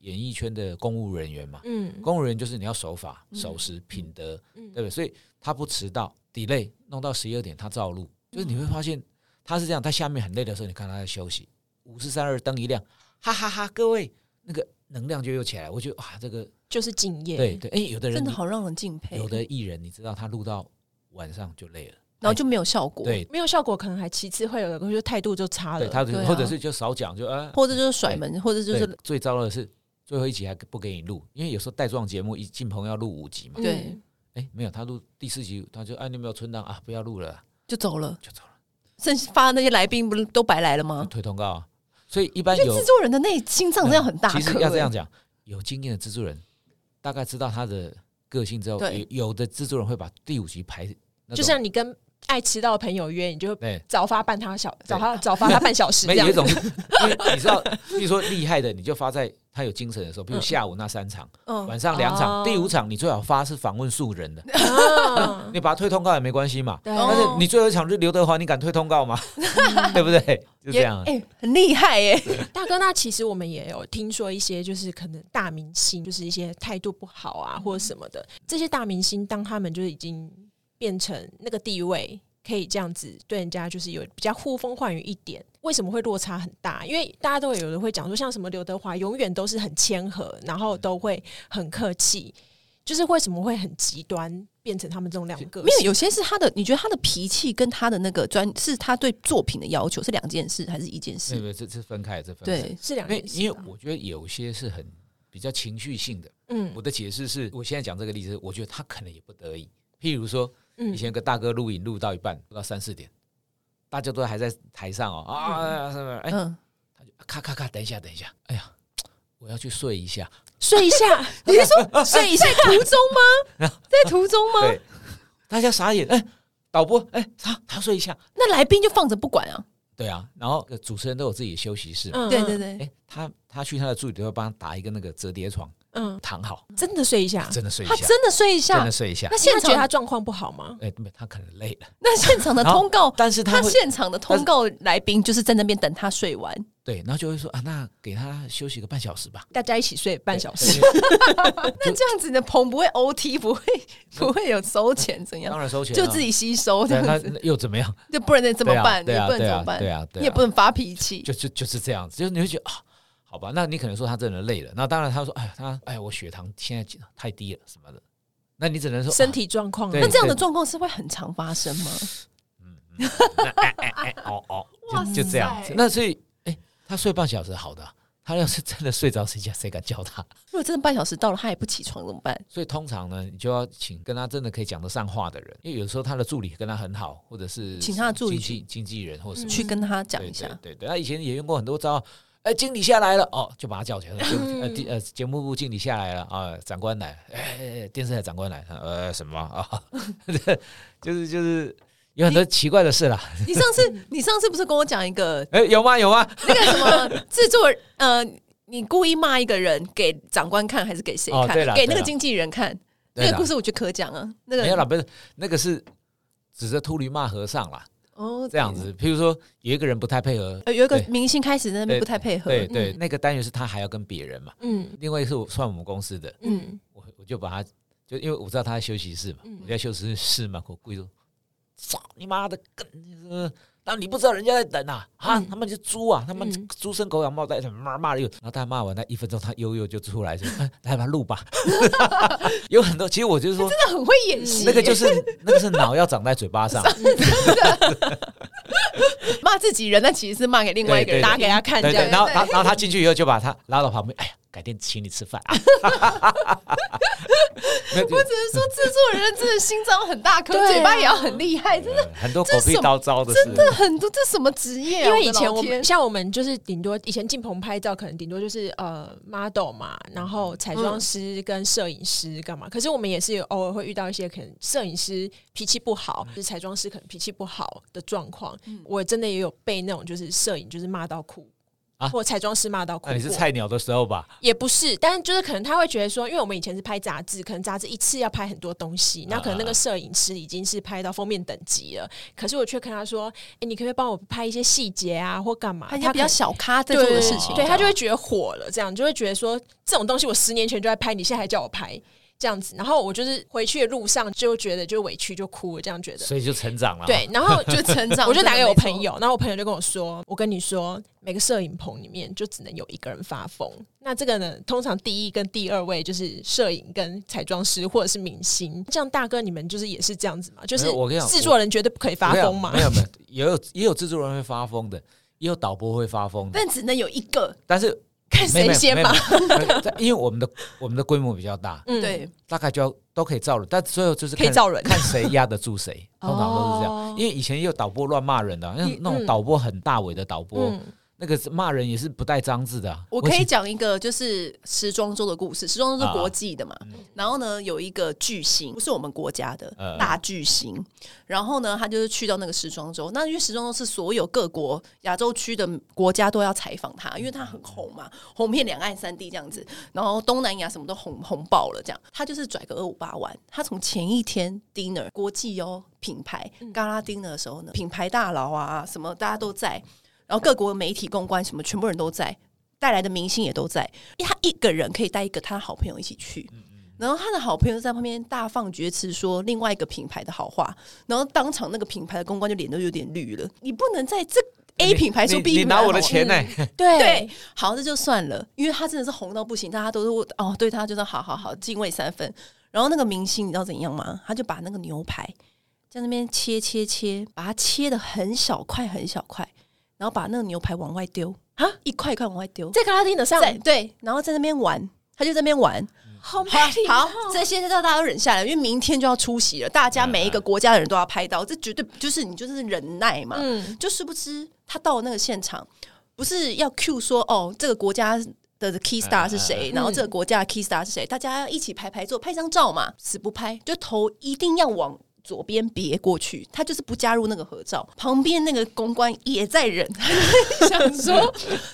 [SPEAKER 3] 演艺圈的公务人员嘛，
[SPEAKER 2] 嗯
[SPEAKER 3] 公务人员就是你要守法、
[SPEAKER 1] 嗯
[SPEAKER 3] 守时、品德，
[SPEAKER 2] 嗯
[SPEAKER 3] 对不对？所以他不迟到，delay 弄到十一二点，他照录。就是你会发现他是这样，他下面很累的时候，你看他在休息，五四三二灯一亮，哈哈哈各位那个能量就又起来。我觉得哇，这个
[SPEAKER 2] 就是敬业，
[SPEAKER 3] 对对，哎，有的人
[SPEAKER 1] 真的
[SPEAKER 3] 你
[SPEAKER 1] 好让人敬佩，
[SPEAKER 3] 有的哎艺人，你知道他录到晚上就累了，
[SPEAKER 1] 然后就没有效果，
[SPEAKER 3] 对。
[SPEAKER 2] 没有效果，可能还其次会有一个就态度就差了，
[SPEAKER 3] 对，他就
[SPEAKER 1] 对啊
[SPEAKER 3] 或者是就少讲，就啊，
[SPEAKER 1] 或者就是甩门，或者就
[SPEAKER 3] 对，
[SPEAKER 1] 是
[SPEAKER 3] 最糟的是最后一集还不给你录，因为有时候带状节目一进棚要录五集嘛，
[SPEAKER 2] 嗯
[SPEAKER 1] 对
[SPEAKER 3] 哎、没有，他录第四集，他就哎、你有没有存档啊？不要录了，
[SPEAKER 1] 就走了，
[SPEAKER 3] 就走了，
[SPEAKER 1] 剩下发那些来宾不是都白来了吗？
[SPEAKER 3] 推通告啊。所以一般
[SPEAKER 1] 就
[SPEAKER 3] 有
[SPEAKER 1] 嗯制作人的内心脏真的很大
[SPEAKER 3] 其实
[SPEAKER 1] 颗，欸
[SPEAKER 3] 要这样讲，有经验的制作人大概知道他的个性之后，
[SPEAKER 1] 对
[SPEAKER 3] 有有的制作人会把第五集排那种，
[SPEAKER 2] 就像你跟爱迟到的朋友约，你就
[SPEAKER 3] 对。
[SPEAKER 2] 早发半他小，早发早发他半小时这
[SPEAKER 3] 没有
[SPEAKER 2] 样
[SPEAKER 3] 一，种， 因为你知道，比如说厉害的，你就发在他有精神的时候，比如
[SPEAKER 2] 嗯
[SPEAKER 3] 下午那三场，
[SPEAKER 1] 嗯，
[SPEAKER 3] 晚上两场，
[SPEAKER 2] 哦
[SPEAKER 3] 第五场你最好发是访问素人的，
[SPEAKER 2] 啊
[SPEAKER 3] 你把它推通告也没关系嘛。
[SPEAKER 2] 对哦
[SPEAKER 1] 但
[SPEAKER 3] 但
[SPEAKER 1] 是
[SPEAKER 3] 是你最后一场是刘德华，你敢推 通告吗？对不对？就这
[SPEAKER 1] 也
[SPEAKER 3] 样啊。
[SPEAKER 1] 哎，很厉害耶，
[SPEAKER 2] 大哥，那其实我们也有听说一些，就是可能大明星，就是一些态度不好啊，或者什么的。这些大明星，当他们就是已经变成那个地位，可以这样子对人家就是有比较呼风唤雨一点，为什么会落差很大？因为大家都有人会讲说，像什么刘德华，永远都是很谦和，然后都会很客气，就是为什么会很极端，变成他们这种两个
[SPEAKER 1] 没有，有些是他的，你觉得他的脾气跟他的那个专是他对作品的要求是两件事，还是一件
[SPEAKER 3] 对
[SPEAKER 1] 事？
[SPEAKER 3] 对，这这分开，这分开。
[SPEAKER 1] 对，
[SPEAKER 2] 是两
[SPEAKER 3] 因为
[SPEAKER 2] 件事、
[SPEAKER 3] 因
[SPEAKER 2] 啊
[SPEAKER 3] 为，我觉得有些是很比较情绪性的。
[SPEAKER 2] 嗯
[SPEAKER 3] 我的解释是我现在讲这个例子，我觉得他可能也不得已。譬如说， 以
[SPEAKER 2] 嗯
[SPEAKER 3] 前有个大哥录影录到一半，录到三四点，大家都还在台上哦啊，什么哎，
[SPEAKER 1] 嗯，
[SPEAKER 3] 咔咔咔，等一下，等一下，哎呀，我要去睡一下。
[SPEAKER 2] 睡一下，
[SPEAKER 1] 你是说睡在途中 吗？在途中吗？
[SPEAKER 3] 对，大家傻眼，哎，导播，哎，他他睡一下。
[SPEAKER 1] 那来宾就放着不管啊？
[SPEAKER 3] 对啊，然后主持人都有自己的休息室嘛。
[SPEAKER 2] 嗯，
[SPEAKER 1] 对对，对，
[SPEAKER 3] 哎，他他去他的助理都会帮他打一个那个折叠床
[SPEAKER 2] 嗯，
[SPEAKER 3] 躺好，
[SPEAKER 2] 真的睡一下，
[SPEAKER 3] 真的睡一
[SPEAKER 1] 他
[SPEAKER 3] 下，
[SPEAKER 1] 真的睡一
[SPEAKER 3] 真
[SPEAKER 1] 下
[SPEAKER 3] 的，睡一下
[SPEAKER 1] 那。
[SPEAKER 2] 现
[SPEAKER 1] 现
[SPEAKER 2] 在觉得他
[SPEAKER 1] 场
[SPEAKER 2] 状况不好吗？
[SPEAKER 3] 哎，没有他可能累了，
[SPEAKER 1] 哦那现场的
[SPEAKER 3] 然后
[SPEAKER 1] 通告，
[SPEAKER 3] 但是
[SPEAKER 1] 他
[SPEAKER 3] 会
[SPEAKER 1] 现场的通告来宾就是在那边等他睡完，
[SPEAKER 3] 对，然后就会说啊，那给他休息个半小时吧。
[SPEAKER 2] 大家一起睡半小时，
[SPEAKER 1] 哦那这样子你的棚不会 OT，不会 不会有收钱怎
[SPEAKER 3] 当
[SPEAKER 1] 样？
[SPEAKER 3] 然收钱、啊，
[SPEAKER 1] 就自己吸收这
[SPEAKER 3] 对啊，那
[SPEAKER 1] 样子，
[SPEAKER 3] 那又怎么样？
[SPEAKER 1] 就不然能怎么
[SPEAKER 3] 对啊
[SPEAKER 1] 办？你
[SPEAKER 3] 对啊
[SPEAKER 1] 不能
[SPEAKER 3] 对
[SPEAKER 1] 怎
[SPEAKER 3] 啊
[SPEAKER 1] 么办？
[SPEAKER 3] 对啊对啊
[SPEAKER 1] 你也不能发脾气。
[SPEAKER 3] 就就就是这样子，就是你会觉得啊，好吧，那你可能说他真的累了，那当然他说哎呀他哎呀我血糖现在太低了什么的，那你只能说
[SPEAKER 2] 身、体状况啊
[SPEAKER 3] 哦对
[SPEAKER 1] 那这样的状况是会很常发生吗？
[SPEAKER 3] 嗯啊哎哦哦，
[SPEAKER 1] 哇
[SPEAKER 3] 就就这样子
[SPEAKER 1] 塞。
[SPEAKER 3] 那所以哎，他睡半小时好的啊、他要是真的睡着，谁家谁敢叫他？
[SPEAKER 1] 如果真的半小时到了，他也不起床怎么办？
[SPEAKER 3] 所以通常呢，你就要请跟他真的可以讲得上话的人，因为有时候他的助理跟他很好，或者 是
[SPEAKER 1] 请他的助理
[SPEAKER 3] 经纪经纪人或者什么
[SPEAKER 1] 去跟他讲一下。
[SPEAKER 3] 对对对对，他以前也用过很多招。哎，经理下来了哦，就把他叫起来。 呃，第呃，节目部经理下来了啊、长官来了，哎哎，哎电视台长官来了，呃，什么啊？ 就是就是有很多奇怪的事啦。
[SPEAKER 1] 你上 次你上次不是跟我讲一个
[SPEAKER 3] 哎，有吗？有吗？
[SPEAKER 1] 那个什么 制作人呃，你故意骂一个人给长官看还是给谁
[SPEAKER 3] 哦
[SPEAKER 1] 看？
[SPEAKER 3] 对啦
[SPEAKER 1] 给那
[SPEAKER 3] 对
[SPEAKER 1] 个
[SPEAKER 3] 啦
[SPEAKER 1] 经纪人看。
[SPEAKER 3] 对啦
[SPEAKER 1] 那个故事我觉得可讲啊，那个
[SPEAKER 3] 没有啦，不是那个是指着秃驴骂和尚啦，
[SPEAKER 1] 哦
[SPEAKER 3] 这样。子。譬如说有一个人不太配合，
[SPEAKER 1] 呃，有一个
[SPEAKER 3] 对
[SPEAKER 1] 明星开始在那边
[SPEAKER 3] 对
[SPEAKER 1] 不太配合，
[SPEAKER 3] 对对，
[SPEAKER 2] 嗯
[SPEAKER 3] 那个单元是他还要跟别人嘛，
[SPEAKER 2] 嗯
[SPEAKER 3] 另外一个是我算我们公司的，
[SPEAKER 2] 嗯，
[SPEAKER 3] 我我就把他，就因为我知道他在休息室嘛，
[SPEAKER 2] 嗯
[SPEAKER 3] 我在休息室嘛，我故意说，操你妈的，更呃，那你不知道人家在等啊啊，
[SPEAKER 2] 嗯
[SPEAKER 3] 他们就猪啊，他们
[SPEAKER 2] 嗯
[SPEAKER 3] 猪生狗养，猫在骂骂了又，然后他骂完那一分钟，他悠悠就出 来说，哎来吧录吧， 有很多，其实我就是说，
[SPEAKER 1] 真的很会演戏。
[SPEAKER 3] 那个就是那个是脑要长在嘴巴上，
[SPEAKER 1] 骂自己人，但其实是骂给另外一个人，
[SPEAKER 3] 对对对
[SPEAKER 1] 拿给他看这
[SPEAKER 3] 对
[SPEAKER 1] 样。
[SPEAKER 3] 对，然后然后然后他进去以后就把他拉到旁边，哎呀，改天请你吃饭 啊，没有
[SPEAKER 1] 我只是说，制作人真的心脏很大颗，
[SPEAKER 2] 对啊
[SPEAKER 1] 嘴巴也要很厉害，真的
[SPEAKER 3] 呃很多
[SPEAKER 1] 这
[SPEAKER 3] 狗
[SPEAKER 1] 是
[SPEAKER 3] 屁
[SPEAKER 1] 什么
[SPEAKER 3] 叨叨的事，
[SPEAKER 1] 真的很多。这什么职业啊？
[SPEAKER 2] 因为以前
[SPEAKER 1] 我
[SPEAKER 2] 我
[SPEAKER 1] 的老
[SPEAKER 2] 们
[SPEAKER 1] 天
[SPEAKER 2] 像我们就是顶多以前进棚拍照，可能顶多就是呃 model 嘛，然后彩妆师跟摄影师干嘛。可是我们也是有偶尔会遇到一些可能摄影师脾气不好，
[SPEAKER 3] 嗯
[SPEAKER 2] 就是彩妆师可能脾气不好的状况。我真的也有被那种就是摄影就是骂到哭。
[SPEAKER 3] 啊
[SPEAKER 2] 或彩妆师骂到哭
[SPEAKER 3] 那
[SPEAKER 2] 过，
[SPEAKER 3] 你是菜鸟的时候吧？
[SPEAKER 2] 也不是，但是就是可能他会觉得说，因为我们以前是拍杂志，可能杂志一次要拍很多东西，那可能那个摄影师已经是拍到封面等级了，可是我却跟他说，哎、你可不可以帮我拍一些细节啊，或干嘛？
[SPEAKER 1] 他家比
[SPEAKER 2] 可
[SPEAKER 1] 较
[SPEAKER 2] 能
[SPEAKER 1] 小咖在
[SPEAKER 2] 对
[SPEAKER 1] 做的事情，
[SPEAKER 2] 对他就会觉得火了，这样就会觉得说这种东西我十年前就在拍，你现在还叫我拍这样子，然后我就是回去的路上就觉得就委屈就哭了，这样觉得。
[SPEAKER 3] 所以就成长了嘛。
[SPEAKER 2] 对，然后
[SPEAKER 1] 就成长。
[SPEAKER 2] 我就打给我
[SPEAKER 1] 真的没
[SPEAKER 2] 朋
[SPEAKER 1] 错，
[SPEAKER 2] 友，然后我朋友就跟我说：“我跟你说，每个摄影棚里面就只能有一个人发疯。那这个呢，通常第一跟第二位就是摄影跟彩妆师或者是明星。这样大哥，你们就是也是这样子嘛？就是
[SPEAKER 3] 没有我跟你讲
[SPEAKER 2] 制作人绝对不可以发疯嘛
[SPEAKER 3] 没。有没有，也有也有制作人会发疯的，也有导播会发疯的，
[SPEAKER 1] 但只能有一个。
[SPEAKER 3] 但是
[SPEAKER 2] 看谁先嘛。
[SPEAKER 3] 没有没有没有在因为我们的我们的规模比较大，
[SPEAKER 2] 嗯，
[SPEAKER 1] 对，
[SPEAKER 3] 大概就要都可以造人，但最后就是看
[SPEAKER 2] 可以造人
[SPEAKER 3] 看谁压得住谁，通常都是这
[SPEAKER 2] 哦
[SPEAKER 3] 样。因为以前也有导播乱骂人的啊，那
[SPEAKER 2] 嗯
[SPEAKER 3] 那种导播很大尾的导播，
[SPEAKER 2] 嗯，
[SPEAKER 3] 那个是骂人也是不带脏字的啊。
[SPEAKER 1] 我可
[SPEAKER 3] 以
[SPEAKER 1] 以讲一个就是时装周的故事，时装周是国际的嘛，然后呢有一个巨星，不是我们国家的、
[SPEAKER 3] 呃
[SPEAKER 1] 大巨星，然后呢他就是去到那个时装周，那因为时装周是所有各国亚洲区的国家都要采访他，因为他很红嘛，红遍两岸三地这样子，然后东南亚什么都红红爆了，这样他就是拽个二五八万，他从前一天 dinner 国际哦品牌嘎啦 dinner 的时候呢，品牌大佬啊什么大家都在。然后各国媒体公关什么，全部人都在，带来的明星也都在，因为他一个人可以带一个他的好朋友一起去。然后他的好朋友在旁边大放厥词，说另外一个品牌的好话，然后当场那个品牌的公关就脸都有点绿了。你不能在这 A 品牌说 B
[SPEAKER 3] 哎你
[SPEAKER 1] 品牌嗯
[SPEAKER 3] 拿我
[SPEAKER 1] 好
[SPEAKER 3] 的
[SPEAKER 1] 话
[SPEAKER 3] 钱呢？
[SPEAKER 2] 对
[SPEAKER 1] 对，好，这就算了，因为他真的是红到不行，大家都是哦，对他就是好好好敬畏三分。然后那个明星你知道怎样吗？他就把那个牛排在那边切切切，把它切的很小块很小块，然后把那个牛排往外丢啊，一块一块往外丢，
[SPEAKER 2] 在格拉丁的上
[SPEAKER 1] 在对，然后在那边玩。他就在那边玩，
[SPEAKER 2] 好美丽哦
[SPEAKER 1] 好，这些都大家都忍下来，因为明天就要出席了，大家
[SPEAKER 2] 嗯
[SPEAKER 1] 每一个国家的人都要拍到，这绝对就是你就是忍耐嘛。
[SPEAKER 2] 嗯，
[SPEAKER 1] 就殊不知他到了那个现场，不是要 Q 说哦，这个国家。的 key star 是
[SPEAKER 3] 哎
[SPEAKER 1] 谁？
[SPEAKER 2] 嗯
[SPEAKER 1] 然后这个国家的 key star 是谁？大家一起排排坐，拍张照嘛，死不拍，就头一定要往左边别过去，他就是不加入那个合照。旁边那个公关也在忍， 想 说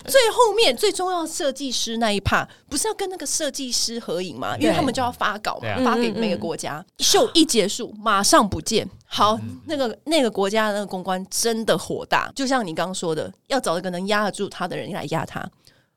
[SPEAKER 1] 最后面最重要设计师那一趴，不是要跟那个设计师合影吗？因为他们就要发稿
[SPEAKER 3] 对
[SPEAKER 1] 嘛，
[SPEAKER 3] 啊
[SPEAKER 1] 发给每个国家。秀一结束，马上不见。好，
[SPEAKER 3] 嗯
[SPEAKER 1] 那个那个国家的那个公关真的火大，就像你刚刚说的，要找一个能压得住他的人来压他。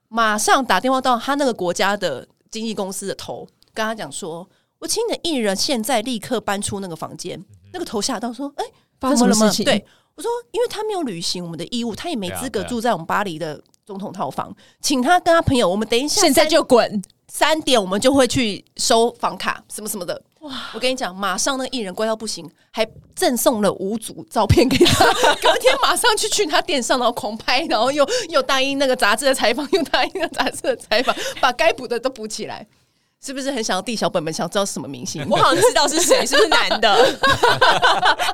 [SPEAKER 1] 马上打电话到他那个国家的经纪公司的头，跟他讲说：“我请你的艺人现在立刻搬出那个房
[SPEAKER 3] 嗯
[SPEAKER 1] 间。”那个头吓到说：“哎、
[SPEAKER 2] 发生
[SPEAKER 1] 怎
[SPEAKER 2] 什
[SPEAKER 1] 么
[SPEAKER 2] 么
[SPEAKER 1] 了吗
[SPEAKER 2] 事？”情？
[SPEAKER 1] 对，我说：“因为他没有履行我们的义务，他也没
[SPEAKER 3] 对啊
[SPEAKER 1] 资格
[SPEAKER 3] 对啊
[SPEAKER 1] 住在我们巴黎的总统套房，请他跟他朋友，我们等一下
[SPEAKER 2] 现在就滚！
[SPEAKER 1] 三点我们就会去收房卡什么什么的。哇！我跟你讲，马上那个艺人乖到不行，还赠送了五组照片给他， 隔天马上去去他店上，然后狂拍，然后又又答应那个杂志的采访，又答应那个杂志的采访， 把该补的都补起来。是不是很想要递小本本，想知道是什么明 星？
[SPEAKER 2] 我好像知道是谁，是不是男 的？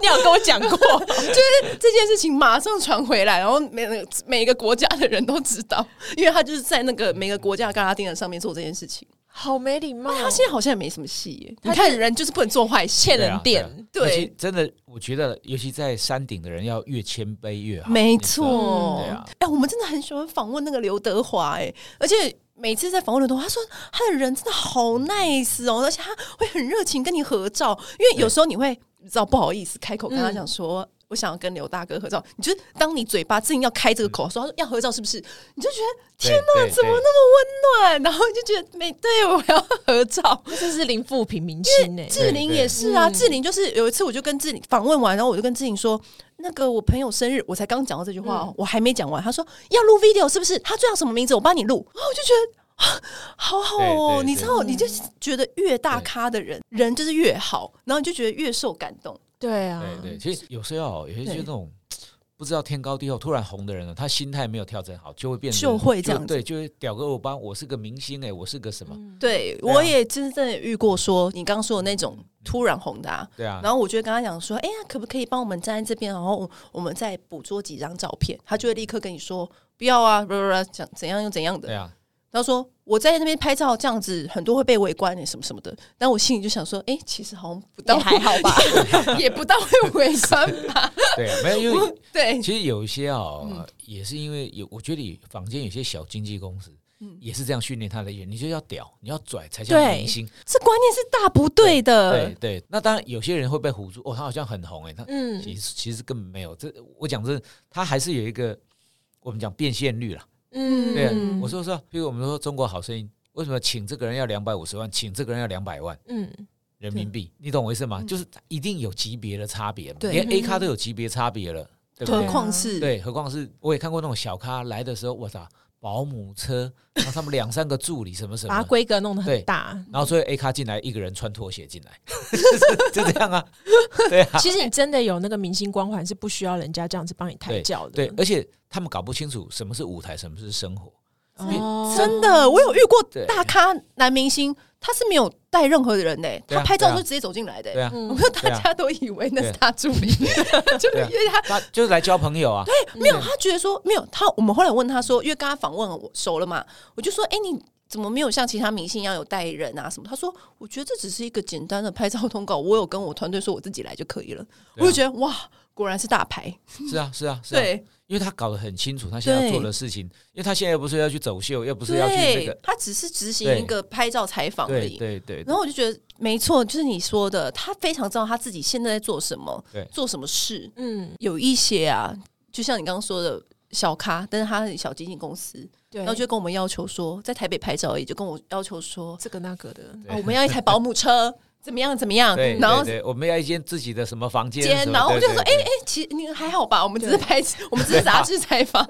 [SPEAKER 2] 你有跟我讲过？
[SPEAKER 1] 就是这件事情马上传回来，然后每每个国家的人都知道，因为他就是在那个每个国家的嘎拉丁人上面做这件事情。
[SPEAKER 2] 好没礼貌，
[SPEAKER 1] 他现在好像也没什么戏耶，
[SPEAKER 2] 他
[SPEAKER 1] 你看人就是不能做坏事，
[SPEAKER 2] 欠
[SPEAKER 3] 对啊
[SPEAKER 2] 人
[SPEAKER 3] 对啊
[SPEAKER 2] 店。
[SPEAKER 1] 对
[SPEAKER 3] 尤其真的，我觉得，尤其在山顶的人要越谦卑越好。
[SPEAKER 1] 没
[SPEAKER 3] 你知道吗
[SPEAKER 1] 错，
[SPEAKER 3] 对
[SPEAKER 1] 哎、
[SPEAKER 3] 啊
[SPEAKER 1] 我们真的很喜欢访问那个刘德华，哎，而且每次在访问刘德华，他说他的人真的好 nice 哦，而且他会很热情跟你合照，因为有时候你会你知道不好意思开口跟他讲说。我想要跟刘大哥合照，你就是当你嘴巴正要开这个口，说要合照是不是？你就觉得天哪，
[SPEAKER 3] 对对
[SPEAKER 1] 怎么那么温暖？然后你就觉得没对，我要合照。
[SPEAKER 2] 那这是零富平明星欸呢、
[SPEAKER 1] 志玲也是啊，志玲就是有一次我就跟志玲访问完，然后我就跟志玲说，那个我朋友生日，我才刚讲到这句话、哦，我还没讲完，他说要录 video 是不是？他叫什么名字？我帮你录， 然后我就觉得。啊好好哦，
[SPEAKER 3] 对对对
[SPEAKER 1] 你知道，你就觉得越大咖的人，人就是越好，然后你就觉得越受感动。
[SPEAKER 2] 对啊，
[SPEAKER 3] 对对，其实有时候有些就
[SPEAKER 1] 对
[SPEAKER 3] 那种不知道天高地厚，突然红的人呢，他心态没有调整好，就会变成
[SPEAKER 1] 就会这样子嗯
[SPEAKER 3] 对，就会屌哥我帮我是个明星哎、我是个什么？
[SPEAKER 2] 嗯
[SPEAKER 1] 对，
[SPEAKER 3] 啊
[SPEAKER 1] 我也真正的遇过说你刚刚说的那种突然红的、啊，
[SPEAKER 3] 对啊，
[SPEAKER 1] 然后我就会跟他讲说，哎呀，可不可以帮我们站在这边，然后我们再捕捉几张照片？他就会立刻跟你说不要啊，不不不，讲怎样又怎样的
[SPEAKER 3] 对。啊，
[SPEAKER 1] 他说我在那边拍照这样子，很多会被围观欸什么什么的。但我心里就想说，哎、其实好像不
[SPEAKER 2] 也
[SPEAKER 1] 到
[SPEAKER 2] 还好吧。
[SPEAKER 1] 也不到会围观吧？
[SPEAKER 3] 对啊，没有，因为
[SPEAKER 1] 对，
[SPEAKER 3] 其实有一些哦，
[SPEAKER 1] 嗯
[SPEAKER 3] 也是因为有，我觉得坊间有些小经纪公司。也是这样训练他的艺人，你就要屌，你要拽才
[SPEAKER 1] 嗯
[SPEAKER 3] 叫
[SPEAKER 1] 对
[SPEAKER 3] 明星。
[SPEAKER 1] 这观念是大不对的。
[SPEAKER 3] 对对，那当然有些人会被唬住，哦，他好像很红哎、他
[SPEAKER 2] 嗯，
[SPEAKER 3] 其实其实根本没有。这我讲真的，他还是有一个我们讲变现率啦。
[SPEAKER 2] 嗯
[SPEAKER 3] 对啊、
[SPEAKER 1] 嗯
[SPEAKER 3] 我说说，比如我们说中国好声音，为什么请这个人要两百五十万，请这个人要两百万
[SPEAKER 2] 嗯，
[SPEAKER 3] 人民币？你懂我意思吗？就是一定有级别的差别嘛，
[SPEAKER 1] 嗯对
[SPEAKER 3] 连 A 咖都有级别差别了，对不
[SPEAKER 1] 何
[SPEAKER 3] 对？
[SPEAKER 1] 况是
[SPEAKER 3] 对，何况是我也看过那种小咖来的时候，我操，保姆车，然后他们两三个助理什么什
[SPEAKER 2] 把它
[SPEAKER 3] 么。
[SPEAKER 2] 规格弄得
[SPEAKER 3] 对
[SPEAKER 2] 很大。
[SPEAKER 3] 然后所以 A 咖进来，一个人穿拖鞋进来， 就这样啊，对啊，
[SPEAKER 2] 其实你真的有那个明星光环，是不需要人家这样子帮你抬轿的。
[SPEAKER 3] 对，而且他们搞不清楚什么是舞台，什么是生活，
[SPEAKER 2] 哦
[SPEAKER 1] 真的，我有遇过
[SPEAKER 3] 对
[SPEAKER 1] 大咖男明星，他是没有带任何人的、
[SPEAKER 3] 对
[SPEAKER 1] 他
[SPEAKER 3] 啊
[SPEAKER 1] 拍照
[SPEAKER 3] 对啊
[SPEAKER 1] 就直接走进来的、
[SPEAKER 3] 对啊，
[SPEAKER 1] 我
[SPEAKER 2] 嗯
[SPEAKER 1] 们大家都以为那是他助理， 就
[SPEAKER 3] 对啊
[SPEAKER 1] 因为他
[SPEAKER 3] 那就是来交朋友啊，
[SPEAKER 1] 没有，他觉得说没有他。我们后来问他说，因为跟他访问我熟了嘛，我就说，哎、你怎么没有像其他明星一样有代人啊什么？他说，我觉得这只是一个简单的拍照通告，我有跟我团队说我自己来就可以了。
[SPEAKER 3] 对
[SPEAKER 1] 我
[SPEAKER 3] 啊
[SPEAKER 1] 就觉得哇，果然是大牌，
[SPEAKER 3] 是啊，是啊，是啊，
[SPEAKER 1] 对
[SPEAKER 3] 因为他搞得很清楚，他现在要做的事情，因为他现在又不是要去走秀，又不是要去那
[SPEAKER 1] 对
[SPEAKER 3] 个，，
[SPEAKER 1] 他只是执行
[SPEAKER 3] 对
[SPEAKER 1] 一个拍照采访而
[SPEAKER 3] 对
[SPEAKER 1] 已。
[SPEAKER 3] 对对
[SPEAKER 1] 然后我就觉得没错，就是你说的，他非常知道他自己现在在做什么
[SPEAKER 3] 对，
[SPEAKER 1] 做什么事。
[SPEAKER 2] 嗯，
[SPEAKER 1] 有一些啊，就像你刚刚说的小咖，但是他是小经纪公司，
[SPEAKER 2] 对，
[SPEAKER 1] 然后就跟我们要求说，在台北拍照，也就跟我要求说，
[SPEAKER 2] 这个那个的，
[SPEAKER 3] 对
[SPEAKER 1] 啊、我们要一台保姆车，怎么样怎么样
[SPEAKER 3] 对，，
[SPEAKER 1] 然后
[SPEAKER 3] 对。对我们要一间自己的什么房间啊
[SPEAKER 1] 间
[SPEAKER 3] 什么
[SPEAKER 1] 然后我就
[SPEAKER 3] 对
[SPEAKER 1] 说
[SPEAKER 3] 对
[SPEAKER 1] 哎，其实你还好吧？我们只是拍，我们只是杂志采访，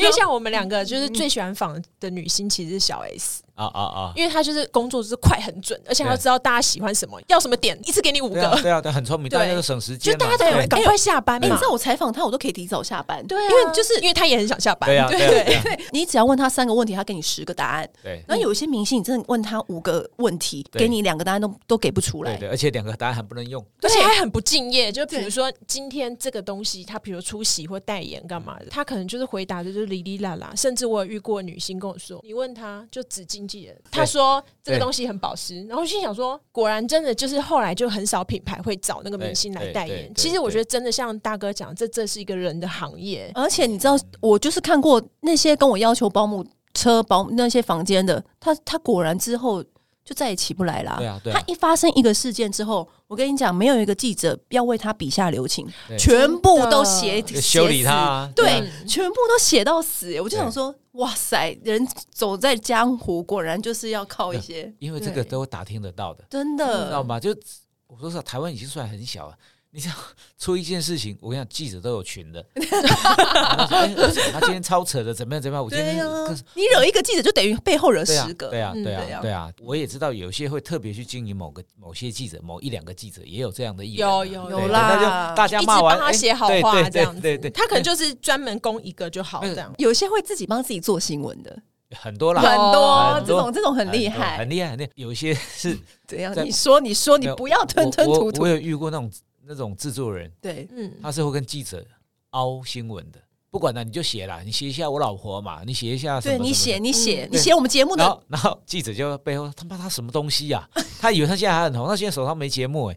[SPEAKER 2] 因为像我们两个就是最喜欢访的女星，其实是小 S，
[SPEAKER 3] 啊啊啊，
[SPEAKER 2] 因为她就是工作就是快很准，而且还要知道大家喜欢什么，要什么点，一次给你五
[SPEAKER 3] 对啊
[SPEAKER 2] 个，
[SPEAKER 3] 对啊，对啊很聪明，
[SPEAKER 2] 对
[SPEAKER 3] 大家都省时 间
[SPEAKER 2] 就
[SPEAKER 3] 嘛，
[SPEAKER 2] 大家都
[SPEAKER 3] 对
[SPEAKER 2] 赶快下班
[SPEAKER 1] 哎，你
[SPEAKER 2] 嘛
[SPEAKER 1] 知。道我采访他，我都可以提早下班。
[SPEAKER 2] 对啊，
[SPEAKER 1] 因为就是
[SPEAKER 2] 因为她也很想下班。
[SPEAKER 3] 对啊对啊对啊
[SPEAKER 1] 你只要问他三个问题，他给你十个答案。
[SPEAKER 3] 对
[SPEAKER 1] 然后有一些明星，你真的问他五个问题，
[SPEAKER 3] 嗯对
[SPEAKER 1] 给你两个答案都都给不出
[SPEAKER 3] 对
[SPEAKER 1] 来。
[SPEAKER 3] 对，而且两个答案还不能用，
[SPEAKER 2] 而且还很不敬业，就比如
[SPEAKER 1] 对
[SPEAKER 2] 说今天这个东西，他比如出席或代言干嘛的，他可能就是回答的就是哩哩啦啦，甚至我有遇过女星跟我说，你问他就纸巾经纪人，他说这个东西很保湿，然后心想说，果然真的就是后来就很少品牌会找那个明星来代
[SPEAKER 3] 对对
[SPEAKER 2] 言
[SPEAKER 3] 对。
[SPEAKER 2] 其实我觉得真的像大哥讲，这这是一个人的行业，
[SPEAKER 1] 而且你知道，我就是看过那些跟我要求保姆车、保姆那些房间的，他他果然之后就再也起不来啦。
[SPEAKER 3] 对啊对 啊
[SPEAKER 1] 他一发生一个事件之后，我跟你讲，没有一个记者要为他笔下留情，
[SPEAKER 3] 对
[SPEAKER 1] 全部都写
[SPEAKER 3] 就修理他
[SPEAKER 1] 写死
[SPEAKER 3] 啊，
[SPEAKER 1] 对，
[SPEAKER 3] 啊
[SPEAKER 1] 全部都写到死、我就想说，哇塞，人走在江湖，果然就是要靠一些，
[SPEAKER 3] 因为这个都打听得到的，
[SPEAKER 1] 真
[SPEAKER 3] 知道
[SPEAKER 1] 的，
[SPEAKER 3] 吗？就嗯我说实话，台湾已经算很小了。啊你想出一件事情，我跟你讲，记者都有群的。然后说哎为什么他今天超扯的，怎么样怎么样？我今
[SPEAKER 1] 对
[SPEAKER 3] 天
[SPEAKER 1] 啊
[SPEAKER 3] 各
[SPEAKER 1] 你惹一个记者，就等于背后惹
[SPEAKER 3] 对啊
[SPEAKER 1] 十，个，
[SPEAKER 3] 对啊，
[SPEAKER 2] 嗯
[SPEAKER 3] 对
[SPEAKER 1] 对
[SPEAKER 3] 啊
[SPEAKER 1] 啊，
[SPEAKER 3] 对啊。我也知道有些会特别去经营某个某些记者，某一两个记者也有这样的艺人啊。
[SPEAKER 2] 有有
[SPEAKER 1] 有
[SPEAKER 3] 对
[SPEAKER 1] 啦
[SPEAKER 3] 等到就大家
[SPEAKER 2] 一直
[SPEAKER 3] 骂
[SPEAKER 2] 帮
[SPEAKER 3] 完，
[SPEAKER 2] 他
[SPEAKER 3] 哎
[SPEAKER 2] 写好
[SPEAKER 3] 对
[SPEAKER 2] 话
[SPEAKER 3] 对
[SPEAKER 2] 这样子。
[SPEAKER 3] 对对，对嗯
[SPEAKER 2] 他可能就是专门攻一个就好
[SPEAKER 3] 那个
[SPEAKER 2] 这样。
[SPEAKER 1] 有些会自己帮自己做新闻的，
[SPEAKER 3] 很啊多啦，
[SPEAKER 1] 很多
[SPEAKER 3] 很
[SPEAKER 1] 这
[SPEAKER 3] 多
[SPEAKER 1] 种这种很厉害，
[SPEAKER 3] 很厉害，很厉害。有一些是
[SPEAKER 1] 怎样？
[SPEAKER 3] 在
[SPEAKER 1] 你说，你说，
[SPEAKER 3] 没
[SPEAKER 1] 你
[SPEAKER 3] 有
[SPEAKER 1] 不要吞吞
[SPEAKER 3] 我
[SPEAKER 1] 吐
[SPEAKER 3] 我我
[SPEAKER 1] 吐。
[SPEAKER 3] 有遇过那种那种制作人，
[SPEAKER 1] 对，
[SPEAKER 2] 嗯，
[SPEAKER 3] 他是会跟记者凹新闻的，不管了，你就写啦，你写一下我老婆嘛，你写一下什么
[SPEAKER 1] 对
[SPEAKER 3] 什么
[SPEAKER 1] 你写，
[SPEAKER 3] 的。
[SPEAKER 1] 你写
[SPEAKER 2] 嗯，
[SPEAKER 1] 你写我们节目
[SPEAKER 3] 然
[SPEAKER 1] 的，
[SPEAKER 3] 后，然后记者就背后他妈他什么东西呀、他以为他现在还很红，他现在手上没节目哎、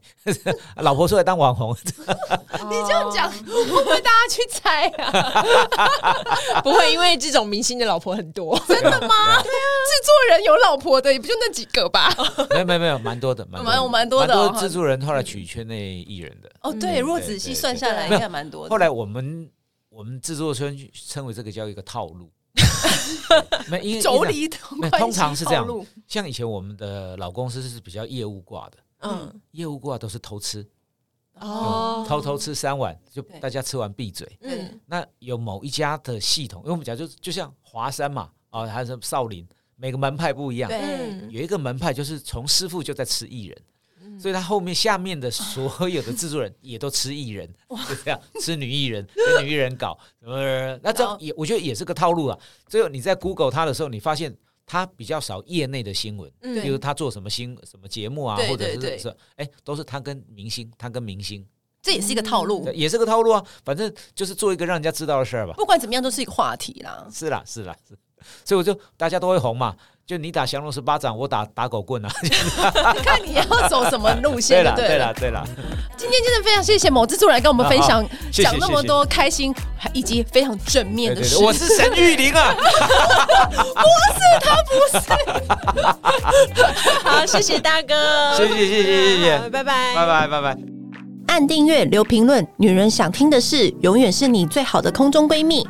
[SPEAKER 3] 老婆出来当网红，
[SPEAKER 1] 你这样讲，会不会大家去猜 啊？
[SPEAKER 2] 不会，因为这种明星的老婆很多。
[SPEAKER 3] 真的吗？
[SPEAKER 1] 制作人有老婆的，也不就那几个吧？
[SPEAKER 3] 没有没有没有，蛮多的，蛮多的
[SPEAKER 1] 蛮蛮多的哦
[SPEAKER 3] 蛮多制作人后来取圈内艺人的。
[SPEAKER 1] 哦，对，如果仔细算下来，
[SPEAKER 3] 嗯对对
[SPEAKER 1] 应该蛮多的。
[SPEAKER 3] 后来我们我们制作圈称为这个叫一个套 路，没因
[SPEAKER 1] 妯
[SPEAKER 3] 为因为
[SPEAKER 1] 娌
[SPEAKER 3] 没有
[SPEAKER 1] 关系
[SPEAKER 3] 通常是这样
[SPEAKER 1] 套路，
[SPEAKER 3] 像以前我们的老公司是比较业务挂的，
[SPEAKER 2] 嗯，
[SPEAKER 3] 业务挂都是偷吃，
[SPEAKER 2] 哦，
[SPEAKER 3] 偷偷吃三碗，就
[SPEAKER 1] 对
[SPEAKER 3] 大家吃完闭嘴。
[SPEAKER 2] 嗯，
[SPEAKER 3] 那有某一家的系统，因为我们讲就就像华山嘛，啊、还是少林，每个门派不一样。
[SPEAKER 1] 对，
[SPEAKER 2] 嗯，
[SPEAKER 3] 有一个门派就是从师傅就在吃艺
[SPEAKER 1] 嗯
[SPEAKER 3] 人，所以他后面下面的所有的制作人也都吃艺人，就这样吃女艺人，跟女艺人搞，呃，那这
[SPEAKER 1] 然后
[SPEAKER 3] 样也我觉得也是个套路啊。最后你在 Google 他的时候，你发现他比较少业内的新闻，
[SPEAKER 2] 嗯
[SPEAKER 3] 比如他做什么新什么节目啊，
[SPEAKER 1] 对
[SPEAKER 3] 或者
[SPEAKER 1] 对
[SPEAKER 3] 是
[SPEAKER 1] 对
[SPEAKER 3] 是哎，都是他跟明星，他跟明星
[SPEAKER 1] 这也是一个套路
[SPEAKER 3] 对。也是个套路啊，反正就是做一个让人家知道的事儿吧。
[SPEAKER 1] 不管怎么样，都是一个话题啦。
[SPEAKER 3] 是啦，是啦，是。所以我就大家都会红嘛，就你打降龙十八掌，我打打狗棍啊。
[SPEAKER 1] 你 看你要走什么路
[SPEAKER 3] 对
[SPEAKER 1] 线就
[SPEAKER 3] 啦，
[SPEAKER 1] 对
[SPEAKER 3] 对
[SPEAKER 1] 了
[SPEAKER 3] 啦，。 对啦。
[SPEAKER 1] 今天真的非常谢谢某制作人来跟我们分享
[SPEAKER 3] 谢谢
[SPEAKER 1] 讲那么多开心以及非常正面的
[SPEAKER 3] 对对
[SPEAKER 1] 事
[SPEAKER 3] 对，。我是沈玉玲 啊。
[SPEAKER 2] 好，谢谢大哥，
[SPEAKER 3] 谢谢谢谢谢谢
[SPEAKER 2] 好拜拜，
[SPEAKER 3] 拜拜拜拜。
[SPEAKER 1] 按订阅、留评论，女人想听的事，永远是你最好的空中闺蜜。